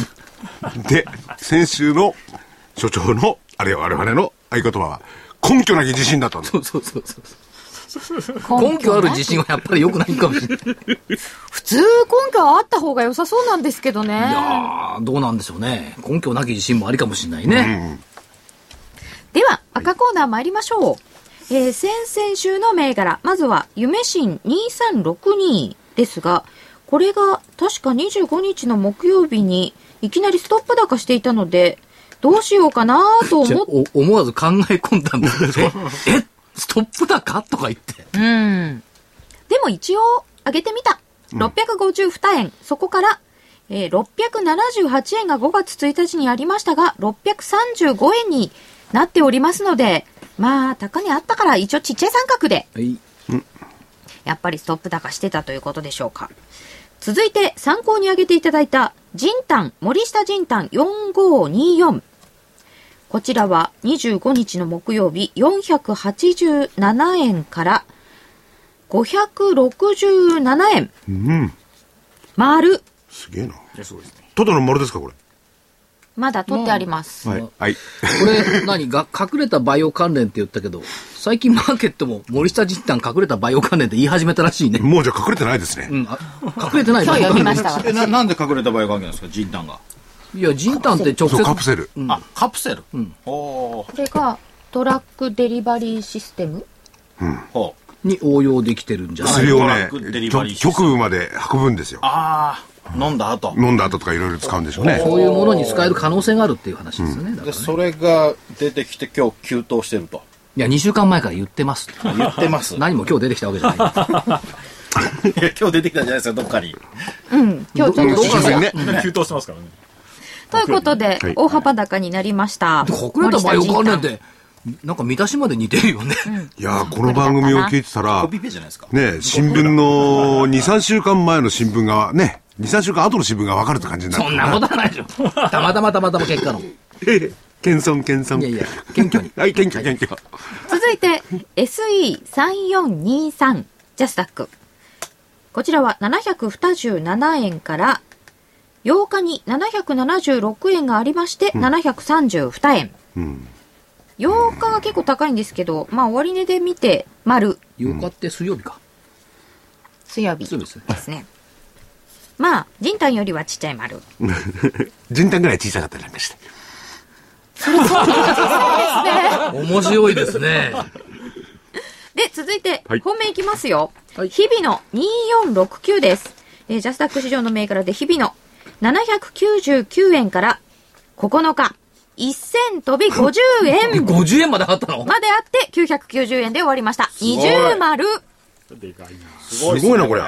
Speaker 2: えば
Speaker 5: で、先週の所長の、あれよ、我々の合言葉は、根拠なき自信だったんだ。
Speaker 2: そうそうそうそう。根拠ある自信はやっぱり良くないかもしれない。い
Speaker 1: 普通根拠はあった方が良さそうなんですけどね。
Speaker 2: やー、どうなんでしょうね。根拠なき自信もありかもしれないね。
Speaker 1: では、赤コーナー参りましょう。えー先々週の銘柄、まずは、夢新2362ですが、これが確か25日の木曜日にいきなりストップ高していたので、どうしようかなと
Speaker 2: じゃあ
Speaker 1: 思っ
Speaker 2: お思わず考え込んだんだ *laughs* けどえ、え、ストップ高とか言って。
Speaker 1: うん。でも一応、上げてみた。652円。そこから、えー678円が5月1日にありましたが、635円になっておりますので、まあ、高値あったから、一応ちっちゃい三角で、
Speaker 2: はい。
Speaker 1: やっぱりストップ高してたということでしょうか。続いて、参考に挙げていただいた、ジンタン、森下ジンタン4524。こちらは25日の木曜日、487円から567円。
Speaker 5: うん、
Speaker 1: 丸。
Speaker 5: すげえな。
Speaker 3: いやそうですね
Speaker 5: ただの丸ですか、これ。
Speaker 1: まだ取ってあります。
Speaker 5: はい。はい。
Speaker 2: これ、何が、隠れたバイオ関連って言ったけど、最近マーケットも森下実態隠れたバイオ関連って言い始めたらしいね。
Speaker 5: もうじゃあ隠れてないですね。
Speaker 2: うん、あ隠れてない
Speaker 1: 今日読みました。
Speaker 4: え
Speaker 1: 私
Speaker 4: ななんで隠れた場合関係なんですか、ジンタンが。
Speaker 2: いや、ジンタンって直
Speaker 5: そう、
Speaker 2: 接。
Speaker 5: カプセル。
Speaker 2: うん
Speaker 4: あ、カプセル。
Speaker 2: ん
Speaker 4: おー
Speaker 1: これが、トラックデリバリーシステム
Speaker 4: ほう。
Speaker 2: に応用できてるんじゃない
Speaker 5: それを
Speaker 4: トラ
Speaker 5: ね
Speaker 4: ックデリ、バリー
Speaker 5: 局
Speaker 4: システム
Speaker 5: 局部まで運ぶんですよ。
Speaker 4: あー、飲んだ後。
Speaker 5: 飲んだ後とかいろいろ使うんでしょうね。
Speaker 2: そういうものに使える可能性があるっていう話ですよね。だから
Speaker 4: で、
Speaker 2: ね
Speaker 4: それが出てきて今日急騰してる *laughs* と。
Speaker 2: いや、2週間前から言ってます。
Speaker 4: 言ってます。
Speaker 2: 何も今日出てきたわけじゃない。ど
Speaker 4: いや今日出てきたんじゃないですか、どっかに。
Speaker 1: うん、今日ちょっと
Speaker 2: どうか
Speaker 5: 自信ね。
Speaker 3: 急騰してます *laughs* からね
Speaker 1: ということで
Speaker 5: はい、
Speaker 1: 大幅高になりました。
Speaker 2: *laughs* 隠れたバイオ関連っ
Speaker 1: 森下
Speaker 2: て、なんか見出しまで似てるよね。
Speaker 5: いやーこの番組を聞いてたら
Speaker 4: コ、ピペじゃないですか。
Speaker 5: ね、新聞の2、3週間前の新聞が、ね、2、3週間後の新聞が分かるって感じになる。
Speaker 2: そんなことはないでしょ。たまたまたまたま結果の。い
Speaker 5: 謙遜、謙遜。
Speaker 2: やいや、謙虚に。
Speaker 5: *laughs* はい、謙虚、謙虚。
Speaker 1: 続いて SE3423 ジャスダックこちらは727円から8日に776円がありまして、732円、8日が結構高いんですけどまあ終値で見て丸
Speaker 2: 8日って水曜日か。
Speaker 1: 水曜日
Speaker 2: 水曜
Speaker 1: で
Speaker 2: 日ですね。
Speaker 1: すねまあ人単よりはちっちゃい丸
Speaker 5: 人単ぐらい小さかったりなんかして。
Speaker 2: 面白いですね。
Speaker 1: で、続いて、
Speaker 5: はい
Speaker 1: 本命いきますよ。
Speaker 2: はい
Speaker 1: 日々の2469です。えージャスダック市場の銘柄で日々の799円から9日、1000飛び50
Speaker 2: *laughs*
Speaker 1: 円
Speaker 2: 50円まで上がったの
Speaker 1: まであって990円で終わりました。
Speaker 4: ごい
Speaker 1: 20丸。
Speaker 3: でかいな
Speaker 4: す
Speaker 5: ごいっすねすごいなこれ
Speaker 1: こ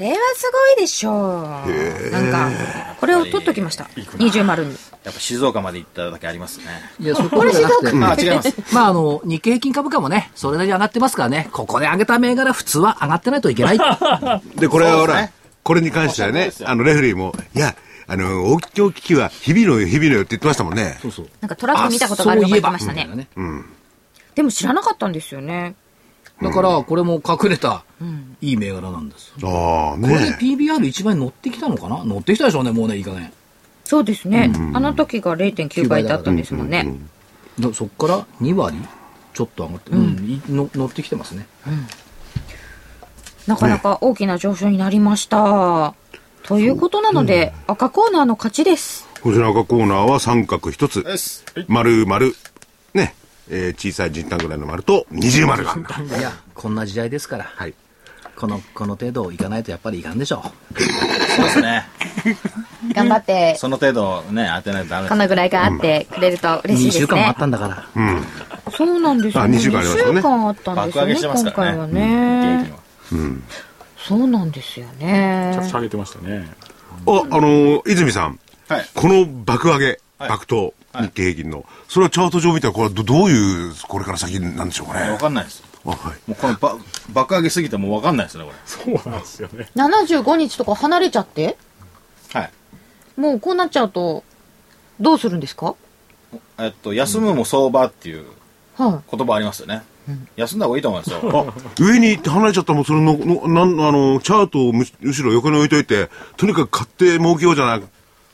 Speaker 1: れはすごいでしょう。なんか、これを取っときました。20丸に。
Speaker 4: やっぱ静岡まで行っただけありますね。
Speaker 2: いや、そこじゃなくて。
Speaker 4: あ、違います。
Speaker 2: まあ、あの、日経平均株価もね、それなりに上がってますからね、ここで上げた銘柄、普通は上がってないとい *laughs* けない。
Speaker 5: で、これはほ
Speaker 4: そう
Speaker 5: ら、
Speaker 4: ですね
Speaker 5: これに関しては
Speaker 4: そう
Speaker 5: ね
Speaker 4: で、すよ
Speaker 5: あの、レフェリーも、いや、あの、大きい危機は、日々のよ、日々のよって言ってましたもんね。
Speaker 2: そうそう。
Speaker 1: なんかトラック見たことがあるのが
Speaker 2: そういえ
Speaker 1: 言って
Speaker 2: ば
Speaker 1: ましたね。
Speaker 2: ね。
Speaker 1: でも知らなかったんですよね。
Speaker 2: だから、これも隠れた、いい銘柄なんです。
Speaker 5: あ
Speaker 2: こ
Speaker 5: あ、
Speaker 2: れで
Speaker 5: ね
Speaker 2: PBR 一番に乗ってきたのかな乗ってきたでしょうね、もうね、いい加減。
Speaker 1: そうですね。あの時が0.9倍だったんですもんね。
Speaker 2: だそっから2割ちょっと上がって、うん、いの乗ってきてますね。
Speaker 1: なかなか大きな上昇になりました。ということなので、赤コーナーの勝ちです。
Speaker 5: こちらがコーナーは三角一つ
Speaker 4: よし。
Speaker 5: 丸丸ね、えー小さいじんたんぐらいの丸と二重丸があるんだ。
Speaker 2: いや、こんな時代ですから、
Speaker 5: はい。
Speaker 2: この、この程度いかないとやっぱりいかんでしょう。
Speaker 4: そうですね。
Speaker 1: 頑張って、
Speaker 4: その程度ね、当てないとダメ
Speaker 1: このぐらいがあってくれると嬉しい
Speaker 2: 2
Speaker 1: ですね。
Speaker 2: 週間もあったんだから。
Speaker 1: そうなんですよ、
Speaker 5: あ
Speaker 1: ね。
Speaker 5: 二週間ありましたね
Speaker 1: 二週間あったんです
Speaker 4: 爆
Speaker 1: よ
Speaker 4: 上
Speaker 1: ね、
Speaker 4: げしてます
Speaker 1: 今
Speaker 4: か
Speaker 1: 回
Speaker 4: ら
Speaker 1: は
Speaker 4: ね。
Speaker 1: ね
Speaker 4: 経。験は
Speaker 1: そうなんですよ
Speaker 3: めちゃ
Speaker 1: ね
Speaker 3: く。ちゃ上げてましたね。
Speaker 5: あ、あのー泉さん。
Speaker 4: はい
Speaker 5: この爆上げ、
Speaker 4: はい
Speaker 5: 爆投、日経平均の。それはチャート上見たら、これはどどういう、これから先なんでしょうか
Speaker 4: わ
Speaker 5: ね。
Speaker 4: かんないです。
Speaker 5: あはい。
Speaker 4: もうこのば爆上げすぎてもうわかんないですね、こ
Speaker 3: そうなんですよね。
Speaker 1: 75日とか離れちゃって、
Speaker 4: れ。はい。
Speaker 1: もうこうなっちゃうと、どうするんですか
Speaker 4: えっと、休むも相場っていう
Speaker 1: は
Speaker 4: 言葉ありますよね。休んだ方がいいと思いますよ。
Speaker 5: あ、上に行って離れちゃったもん、それの、のなん、あの、チャートをむしむしろ横に置いといて、とにかく買って儲けようじゃない、っ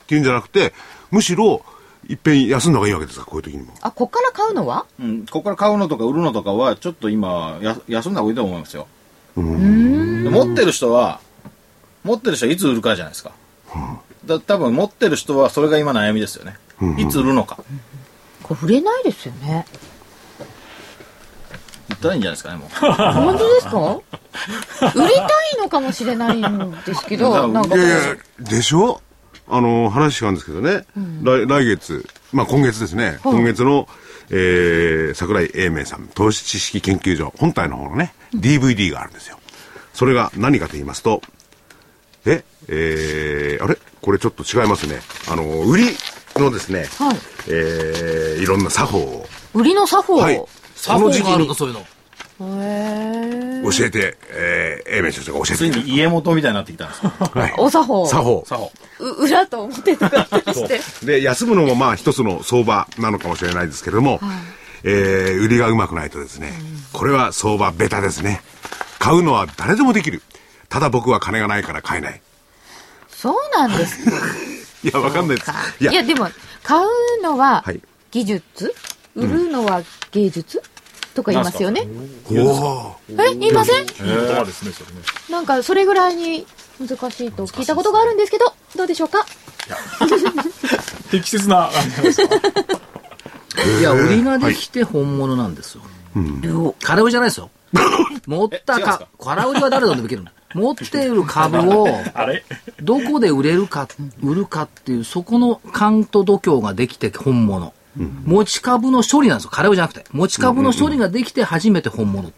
Speaker 5: ていうんじゃなくて、むしろ、いっぺん休んだ方がいいわけですか、こういう時にも。
Speaker 1: い。あ、こっから買うのは
Speaker 4: うん、ここから買うのとか売るのとかは、ちょっと今や、休んだ方がいいと思いますよ。で持ってる人は、持ってる人はいつ売るかじゃないですか。だ多分持ってる人はそれが今悩みですよね。いつ売るのか。
Speaker 1: これ触れないですよね。
Speaker 4: 言ったらいいんじゃないですかね、もう。
Speaker 1: 本当ですか売りたいのかもしれないんですけど、なんかこ
Speaker 5: いうやいや、でしょあの、話があるんですけどね、来来月、まあ今月ですね、今月の、えー、桜井英明さん、投資知識研究所、本体の方のね、DVD があるんですよ。それが何かと言いますと、え、えー、あれこれちょっと違いますね。あの、売りのですね、
Speaker 1: はい
Speaker 5: えー、いろんな作法を、
Speaker 1: 売りの作法を。
Speaker 5: はい、その時期
Speaker 2: ある
Speaker 5: に
Speaker 2: とそういうの。
Speaker 1: へー
Speaker 5: 教えて、えー、英明先生が教え
Speaker 4: つ
Speaker 5: て
Speaker 4: い
Speaker 5: くれる。
Speaker 4: に家元みたいになってきたんですよ。
Speaker 5: はい
Speaker 1: お作法。
Speaker 5: 作法。
Speaker 4: 作法。
Speaker 1: う裏と表とかあったりして。
Speaker 5: で休むのもまあ一つの相場なのかもしれないですけれども、えー売りがうまくないとですね、これは相場ベタですね買うのは誰でもできるただ僕は金がないから買えない
Speaker 1: そうなんですか。
Speaker 5: いやわかんないですい
Speaker 1: いや
Speaker 5: や
Speaker 1: でも買うのは
Speaker 5: はい
Speaker 1: 技術、売るのは芸術、とか言いますよね
Speaker 5: おお
Speaker 1: え言いません
Speaker 3: いい言葉ですね、それね。
Speaker 1: なんかそれぐらいに難しいと聞いたことがあるんですけどどうでしょうか
Speaker 3: 適切な、あれですか
Speaker 2: いや、売りができて本物なんですよ。空売りじゃないです
Speaker 4: *laughs*
Speaker 2: よ。持った
Speaker 4: え違うんで
Speaker 2: か
Speaker 4: すか、
Speaker 2: 空売りは誰でもできるの。持っている株
Speaker 4: *laughs*
Speaker 2: を、
Speaker 3: *laughs* あれ
Speaker 2: どこで売れるか、売るかっていう、そこの勘と度胸ができて本物。持ち株の処理なんですよ。空売りじゃなくて。持ち株の処理ができて初めて本物。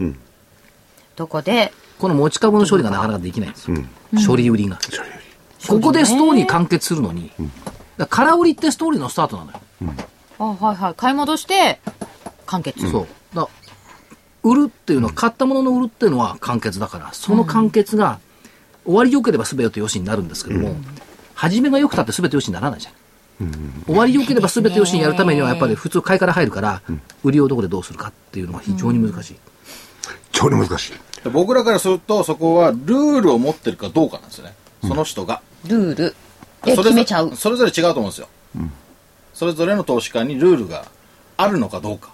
Speaker 1: どこで
Speaker 2: この持ち株の処理がなかなかできないんですよ。処理売りが。ここでストーリー完結するのに、だから空売りってストーリーのスタートなのよ。
Speaker 1: あはいはい買い戻して完結、
Speaker 2: そう。だ売るっていうのは、買ったものの売るっていうのは完結だから、その完結が、終わり良ければ全て良しになるんですけども、始めが良くたって全て良しにならないじゃん。終わり良ければ全て良しにやるためには、やっぱり普通買いから入るから、売りをどこでどうするかっていうのが非常に難しい。
Speaker 5: 超に難しい
Speaker 4: で僕らからすると、そこはルールを持ってるかどうかなんですよね。その人が。
Speaker 1: ルールで
Speaker 4: それ
Speaker 1: 決
Speaker 4: ぞ
Speaker 1: めちゃう
Speaker 4: それぞれ違うと思うんですよ、それぞれの投資家にルールがあるのかどうか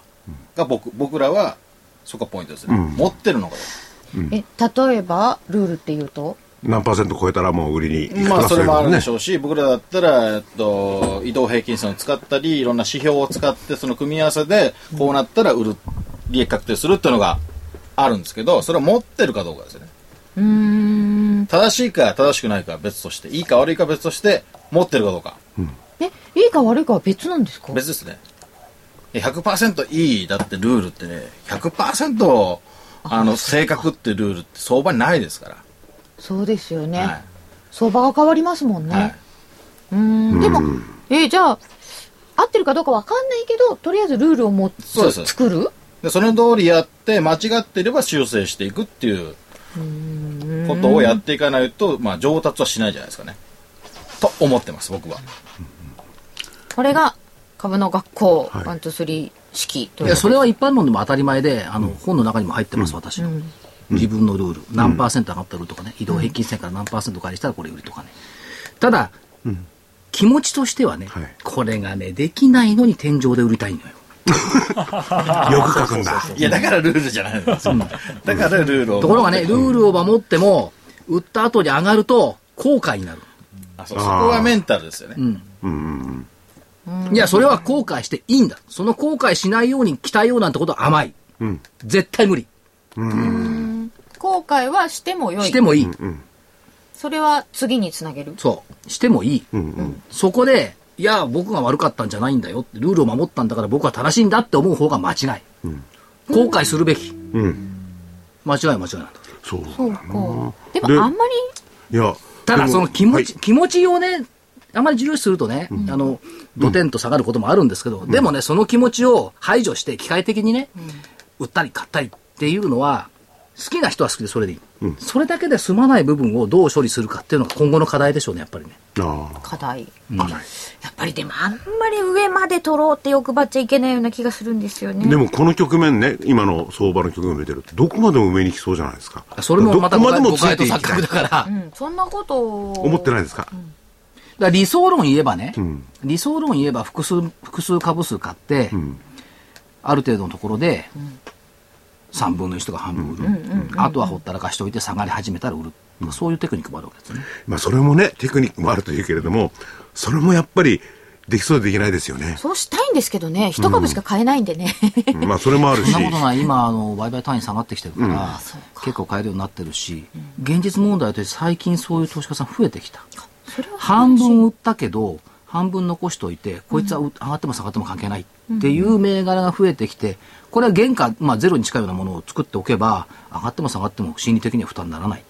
Speaker 4: が僕僕らはそこがポイントですね、持ってるのかどう
Speaker 1: え例えばルールっていうと
Speaker 5: 何パーセント超えたらもう売りに行く
Speaker 4: かまあそれもあるでし
Speaker 5: ょ
Speaker 4: ょうし、僕らだったら、えっと、移動平均線を使ったりいろんな指標を使ってその組み合わせでこうなったら売る利益確定するっていうのがあるんですけどそれを持ってるかどうかですよね
Speaker 1: うーん
Speaker 4: 正しいか正しくないかは別としていいか悪いかは別として持ってるかどうか
Speaker 1: えいいか悪いかは別なんですか
Speaker 4: 別ですねえ100%いいだってルールってね100%あ *laughs* の正確ってルールって相場にないですから、
Speaker 1: そうですよね、
Speaker 4: はい
Speaker 1: 相場が変わりますもんね、
Speaker 4: はい、
Speaker 1: うんでも、えじゃあ、合ってるかどうかわかんないけど、とりあえずルールをもうつ
Speaker 4: そうです
Speaker 1: 作る
Speaker 4: でその通りやって間違っていれば修正していくっていうことをやっていかないと、まあ、上達はしないじゃないですかねと思ってます僕は
Speaker 1: これが株の学校、
Speaker 5: い
Speaker 1: ワン、ツー、スリー式と
Speaker 2: い
Speaker 1: いう
Speaker 2: や、それは一般論でも当たり前で、あの、本の中にも入ってます、私の。自分のルール。何パーセント上がったルールとかね、移動平均線から何パーセント返したらこれ売りとかね。ただ、気持ちとしてはね
Speaker 5: はい、
Speaker 2: これがね、できないのに天井で売りたいのよ。
Speaker 5: よく書くんだ
Speaker 4: いやだからルールじゃないんですよだからルールを
Speaker 2: ところがね、ルールを守っても、売った後に上がると、後悔になる。
Speaker 4: あそうそこはメンタルですよね、
Speaker 2: いや、それは後悔していいんだ。その後悔しないように期待ようなんてことは甘い。絶対無理。
Speaker 1: 後悔はしてもよい
Speaker 2: してもいい。
Speaker 1: それは次につなげる
Speaker 2: そう。してもいい。そこで、いや、僕が悪かったんじゃないんだよって。ルールを守ったんだから僕は正しいんだって思う方が間違い。後悔するべき。間違いは間違いなんだ。
Speaker 5: そう
Speaker 1: そうかでも
Speaker 5: で
Speaker 1: あんまり
Speaker 5: いや
Speaker 2: ただ、
Speaker 5: でも
Speaker 2: その気持ち、
Speaker 5: は
Speaker 2: 気持ちをね、あまり重要視するとね、あの、ドテンと下がることもあるんですけど、でもね、その気持ちを排除して、機械的にね、売ったり買ったりっていうのは、好きな人は好きでそれでいい。それだけで済まない部分をどう処理するかっていうのが今後の課題でしょうね、やっぱりね。
Speaker 5: いあ
Speaker 1: 課題
Speaker 2: うん
Speaker 1: やっぱりでもあんまり上まで取ろうって欲張っちゃいけないような気がするんですよ
Speaker 5: ーで
Speaker 1: ね
Speaker 5: もこの局面ね今の相場の局面見てるとどこまでも上に来そうじゃないですか
Speaker 2: それもまた
Speaker 5: どこ
Speaker 2: 誤
Speaker 5: ま
Speaker 2: 解誤
Speaker 5: でもつい
Speaker 2: 解と
Speaker 5: ていき
Speaker 2: 錯
Speaker 5: た
Speaker 2: 覚
Speaker 5: い
Speaker 2: だから
Speaker 1: う、んそんなことを
Speaker 5: 思ってない
Speaker 1: い
Speaker 5: ですか、
Speaker 2: だから理想論言えばね、
Speaker 5: ん
Speaker 2: 理想論言えば複数複数株数買って、
Speaker 5: ん
Speaker 2: ある程度のところで、3分の1とか半分売る、あとはほったらかしておいて下がり始めたら売る、そういうテクニックもあるわけですね
Speaker 5: まあそれもねテクニックもあるというけれどもそれもやっぱりできそうでできないですよね
Speaker 1: そうしたいんですけどね一株しか買えないんでね、 *laughs*
Speaker 5: まあそれもあるし
Speaker 2: そんなことない今あの売買単位下がってきてるから、
Speaker 1: そうか
Speaker 2: 結構買えるようになってるし、現実問題として最近そういう投資家さん増えてきた
Speaker 1: それは
Speaker 2: 半分売ったけど半分残しといてこいつはう上がっても下がっても関係ないっていう銘柄が増えてきてこれは原価、まあ、ゼロに近いようなものを作っておけば上がっても下がっても心理的には負担にならない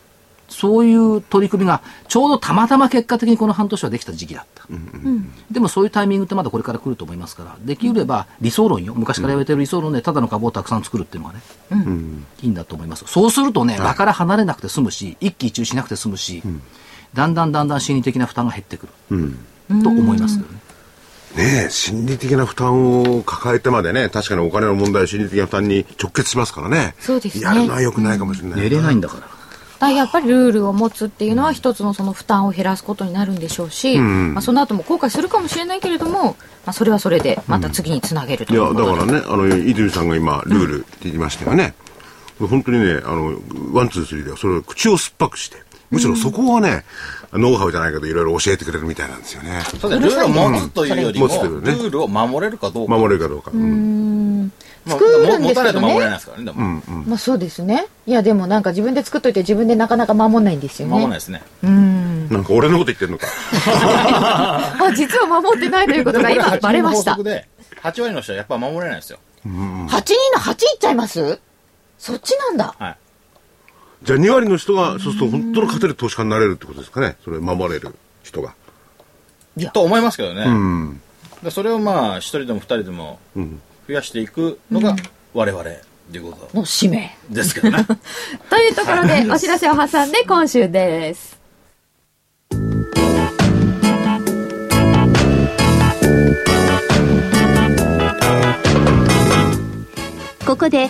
Speaker 2: そういう取り組みがちょうどたまたま結果的にこの半年はできた時期だった、でもそういうタイミングってまだこれから来ると思いますからできれば理想論よ昔から言われてる理想論でただの株をたくさん作るっていうのがね、いいんだと思います。そうするとね、場から離れなくて済むし、一喜一憂しなくて済むし、だんだんだんだん心理的な負担が減ってくる、と思いますけどね。
Speaker 5: ねえ心理的な負担を抱えてまでね確かにお金の問題は心理的な負担に直結しますからね
Speaker 1: そうですね
Speaker 5: やるのはよくないかもしれない、
Speaker 2: 寝れないんだから。
Speaker 1: だからやっぱりルールを持つっていうのは一つのその負担を減らすことになるんでしょうし、まあ、その後も後悔するかもしれないけれども、まあ、それはそれでまた次につなげると
Speaker 5: い
Speaker 1: いう
Speaker 5: や
Speaker 1: こ
Speaker 5: だ
Speaker 1: と
Speaker 5: からねあの泉さんが今ルールって言いましたよね、本当にねあのワンツースリーではそれを口を酸っぱくしてむしろそこはね、ノウハウじゃないけどいろいろ教えてくれるみたいなんですよね
Speaker 4: そうだねルールを持つというよりも、
Speaker 5: うん持つというね
Speaker 4: ルールを守れるかどうか。
Speaker 5: 守れるかどうか、うん
Speaker 4: まあ
Speaker 1: 作るんですけどね
Speaker 4: 持たないと守れないですからね。でも
Speaker 1: まあ、そうですねいやでもなんか自分で作っといて自分でなかなか守んないんですよね
Speaker 4: 守れないですね。
Speaker 5: なんか俺のこと言ってるのか
Speaker 1: あ実は守ってないということが今バレました
Speaker 7: *laughs*
Speaker 4: でもこれ8人の法則で、8割の人はやっぱ守れないですよ。
Speaker 1: 8人の8いっちゃいますそっちなんだ
Speaker 4: はい。
Speaker 5: じゃあ2割の人がそうすると本当の勝てる投資家になれるってことですかねそれ守れる人が
Speaker 4: と思いますけどね。
Speaker 5: うん
Speaker 4: でそれをまあ、一人でも二人でも
Speaker 5: うん
Speaker 4: 増やしていくのが、我々っていうこと
Speaker 1: の使命
Speaker 4: ですけどね。
Speaker 1: *laughs* というところでお知らせを挟んで今週です
Speaker 6: ここで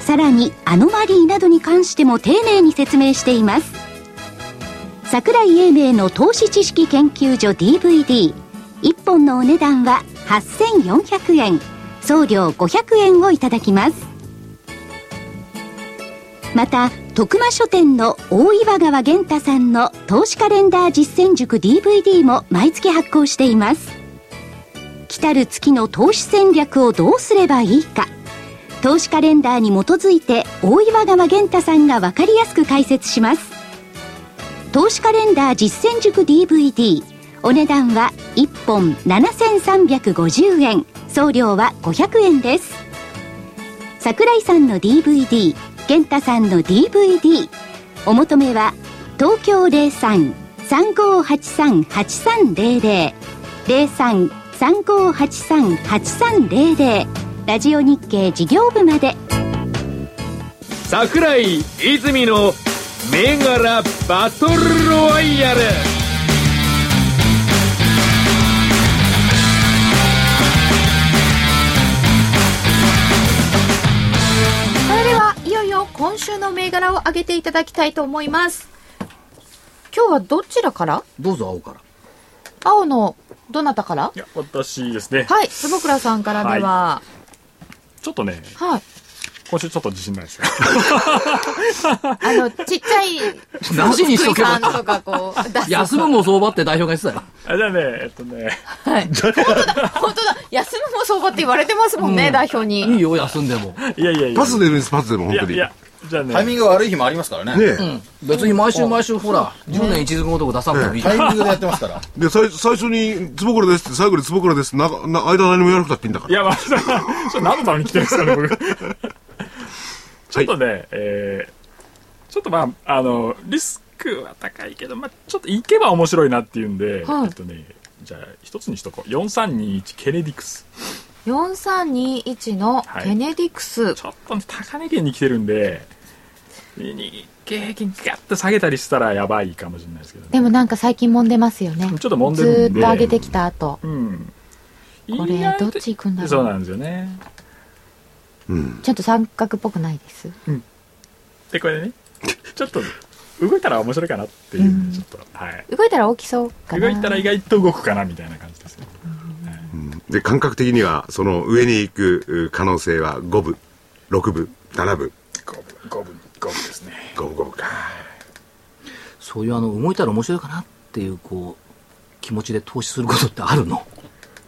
Speaker 6: さらにアノマリーなどに関しても丁寧に説明しています桜井英明の投資知識研究所 DVD1 本のお値段は8400円送料500円をいただきますまた徳間書店の大岩川源太さんの投資カレンダー実践塾 DVD も毎月発行しています来たる月の投資戦略をどうすればいいか投資カレンダーに基づいて大岩川源太さんが分かりやすく解説します投資カレンダー実践塾 DVD お値段は1本7350円送料は500円です桜井さんの DVD 健太さんの DVD お求めは東京03-3583-8300 03-3583-8300ラジオ日経事業部まで
Speaker 7: 桜井泉の銘柄バトルロワイヤル
Speaker 1: 今週の銘柄を挙げていただきたいと思います今日はどちらから
Speaker 2: どうぞ青から。
Speaker 1: 青のどなたから
Speaker 3: いや、私ですね。
Speaker 1: はい坪倉さんからでは
Speaker 3: ちょっとね、
Speaker 1: はい、
Speaker 3: 今週ちょっと自信ないです *laughs* よ。
Speaker 1: あのちっちゃい
Speaker 2: なしにしとけば
Speaker 1: 福井さんとかこう出す
Speaker 2: 休むも相場って代表が言ってたよ。
Speaker 3: あじゃあね、えっとね、
Speaker 1: 本当だ休むも相場って言われてますもんね、代表に
Speaker 2: いいよ、休んでも。
Speaker 3: いやいやいや。
Speaker 5: パス出るんです、パス出る、
Speaker 3: い
Speaker 5: 本
Speaker 3: や
Speaker 5: 当に。
Speaker 3: い
Speaker 5: ね
Speaker 3: や、じゃあね。
Speaker 4: タイミングが悪い日もあります *laughs* からね。
Speaker 5: え。
Speaker 2: 別に毎週毎週、ほら、10年一続のとこ出さなくてもいいじゃ
Speaker 4: タ
Speaker 2: ん
Speaker 4: イミングでやってますから。
Speaker 5: で、最最初に、坪倉ですって、最後に坪倉ですって、な、な、間何も言わなくたっていいんだか
Speaker 3: い
Speaker 5: ら。
Speaker 3: や、まあ、それ何のために来てるんですかね、僕。
Speaker 1: *laughs*
Speaker 3: ちょっとね、えーちょっとまあ、あの、リスクは高いけど、まあ、ちょっと行けば面白いなっていうんで、
Speaker 1: はい
Speaker 3: えっとね、じゃあ、一つにしとこう。4321ケネディクス。
Speaker 1: 4321のケネディクス、
Speaker 3: ちょっとね、高値圏に来てるんで、日経平均ガッと下げたりしたらやばいかもしれないですけどね。
Speaker 1: でもなんか最近揉んでますよね
Speaker 3: ちょっと揉んで
Speaker 1: ず
Speaker 3: る
Speaker 1: ー
Speaker 3: ん
Speaker 1: っ
Speaker 3: で。
Speaker 1: と上げてきた後
Speaker 3: うん。
Speaker 1: これ
Speaker 3: 意外と
Speaker 1: どっち行くんだろう
Speaker 3: そうなんですよね。
Speaker 1: ちょっと三角っぽくないです
Speaker 3: で、これね、ちょっと動いたら面白いかなっていう、ちょっと、はい。
Speaker 1: 動いたら大きそうかな
Speaker 3: 動いたら意外と動くかなみたいな感じですね。
Speaker 8: で感覚的にはその上に行くう可能性は5分6分7分
Speaker 3: 五分、五分、五分ですね。
Speaker 8: 5分5分か
Speaker 2: そういうあの、動いたら面白いかなっていう、こう、気持ちで投資することってあるの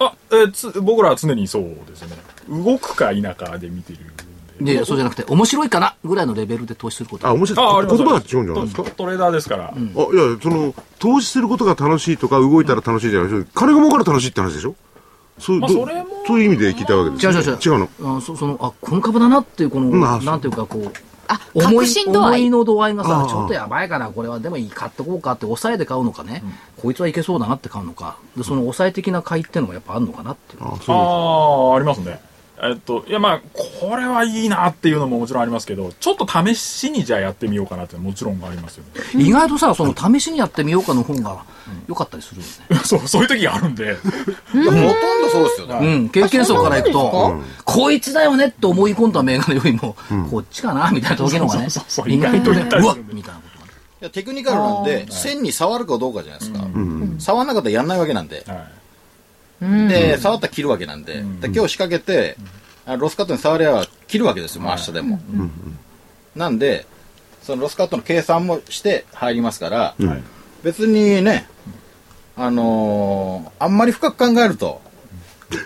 Speaker 3: あ、えーつ、僕らは常にそうですね。動くか否かで見てるんで。
Speaker 2: いやいや、そうじゃなくて、面白いかなぐらいのレベルで投資すること
Speaker 8: あ面
Speaker 3: あ、あ
Speaker 8: 白
Speaker 3: り
Speaker 8: い
Speaker 3: ます
Speaker 8: 言葉が違うんじゃないですか
Speaker 3: トトレーダーですか
Speaker 8: あ
Speaker 3: ら。
Speaker 8: いやその投資することが楽しいとか動いたら楽しいじゃないです金が儲かる楽しいって話でしょそう,
Speaker 3: まあ
Speaker 8: ど、
Speaker 3: それも
Speaker 8: そういう意味で聞いたわけです
Speaker 2: 違う
Speaker 8: よ
Speaker 2: 違う
Speaker 8: 違うの
Speaker 2: の。あそその、あ、この株だなっていう、この、
Speaker 8: んあそう
Speaker 2: なんていうか、こう、
Speaker 1: あ
Speaker 2: 思
Speaker 1: 確
Speaker 2: い
Speaker 1: 信度
Speaker 2: 思
Speaker 1: 合
Speaker 2: い
Speaker 1: い
Speaker 2: の度合いがさ
Speaker 8: ああ
Speaker 2: ちょっとやばいかなこれはでもいい買っとこうかって抑えで買うのかね、こいつはいけそうだなって買うのかでその抑え的な買いってのがやっぱあるのかなっていう
Speaker 8: あそう
Speaker 3: ああ、ありますね。えっと、いやまあ、これはいいなっていうのももちろんありますけど、ちょっと試しにじゃあやってみようかなってもちろんありますよね。 *laughs*
Speaker 2: 意外とさその試しにやってみようかの方が良かったりするよね
Speaker 3: そう、そういう時があるんで。
Speaker 4: ほとんどそうですよね。
Speaker 2: うん経験層からいく
Speaker 1: あそ
Speaker 2: と、こいつだよねって思い込んだ銘柄よりも、こっちかなみたいな時の方がね
Speaker 3: そうそうそうそう
Speaker 2: 意外とね
Speaker 3: 意外とね
Speaker 2: うわっみたいなことがある
Speaker 4: いやテクニカルなんで、線に触るかどうかじゃないですか。触らなかったらやんないわけなんで。
Speaker 3: は
Speaker 4: で、触ったら切るわけなんで。で今日仕掛けて、あロスカットに触れば切るわけですよ、もう明日でも。なんで、そのロスカットの計算もして入りますから、別にね、あのーあんまり深く考えると、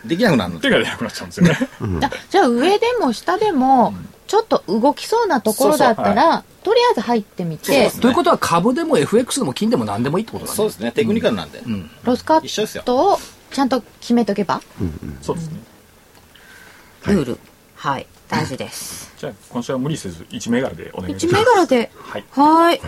Speaker 4: できなくなるの
Speaker 3: い。手が出なくなっちゃうん
Speaker 8: *laughs*
Speaker 3: ですよね。
Speaker 1: あじゃあ上でも下でもちょっと動きそうなところだったら
Speaker 3: そうそ
Speaker 1: とりあえず入ってみて
Speaker 2: ということは株でも FX でも金でも何でもいいってことだね
Speaker 4: そうですね、テクニカルなんで。
Speaker 1: ロスカ
Speaker 4: 一緒です
Speaker 1: ッ
Speaker 4: よ
Speaker 1: トをちゃんと決めとけば
Speaker 3: そうですね。
Speaker 1: ルールはい大事です
Speaker 3: じゃあ、今週は無理せず、1銘柄でお願いし
Speaker 1: 1
Speaker 3: ま
Speaker 1: 銘
Speaker 3: す。
Speaker 1: 柄で
Speaker 3: はい。
Speaker 1: は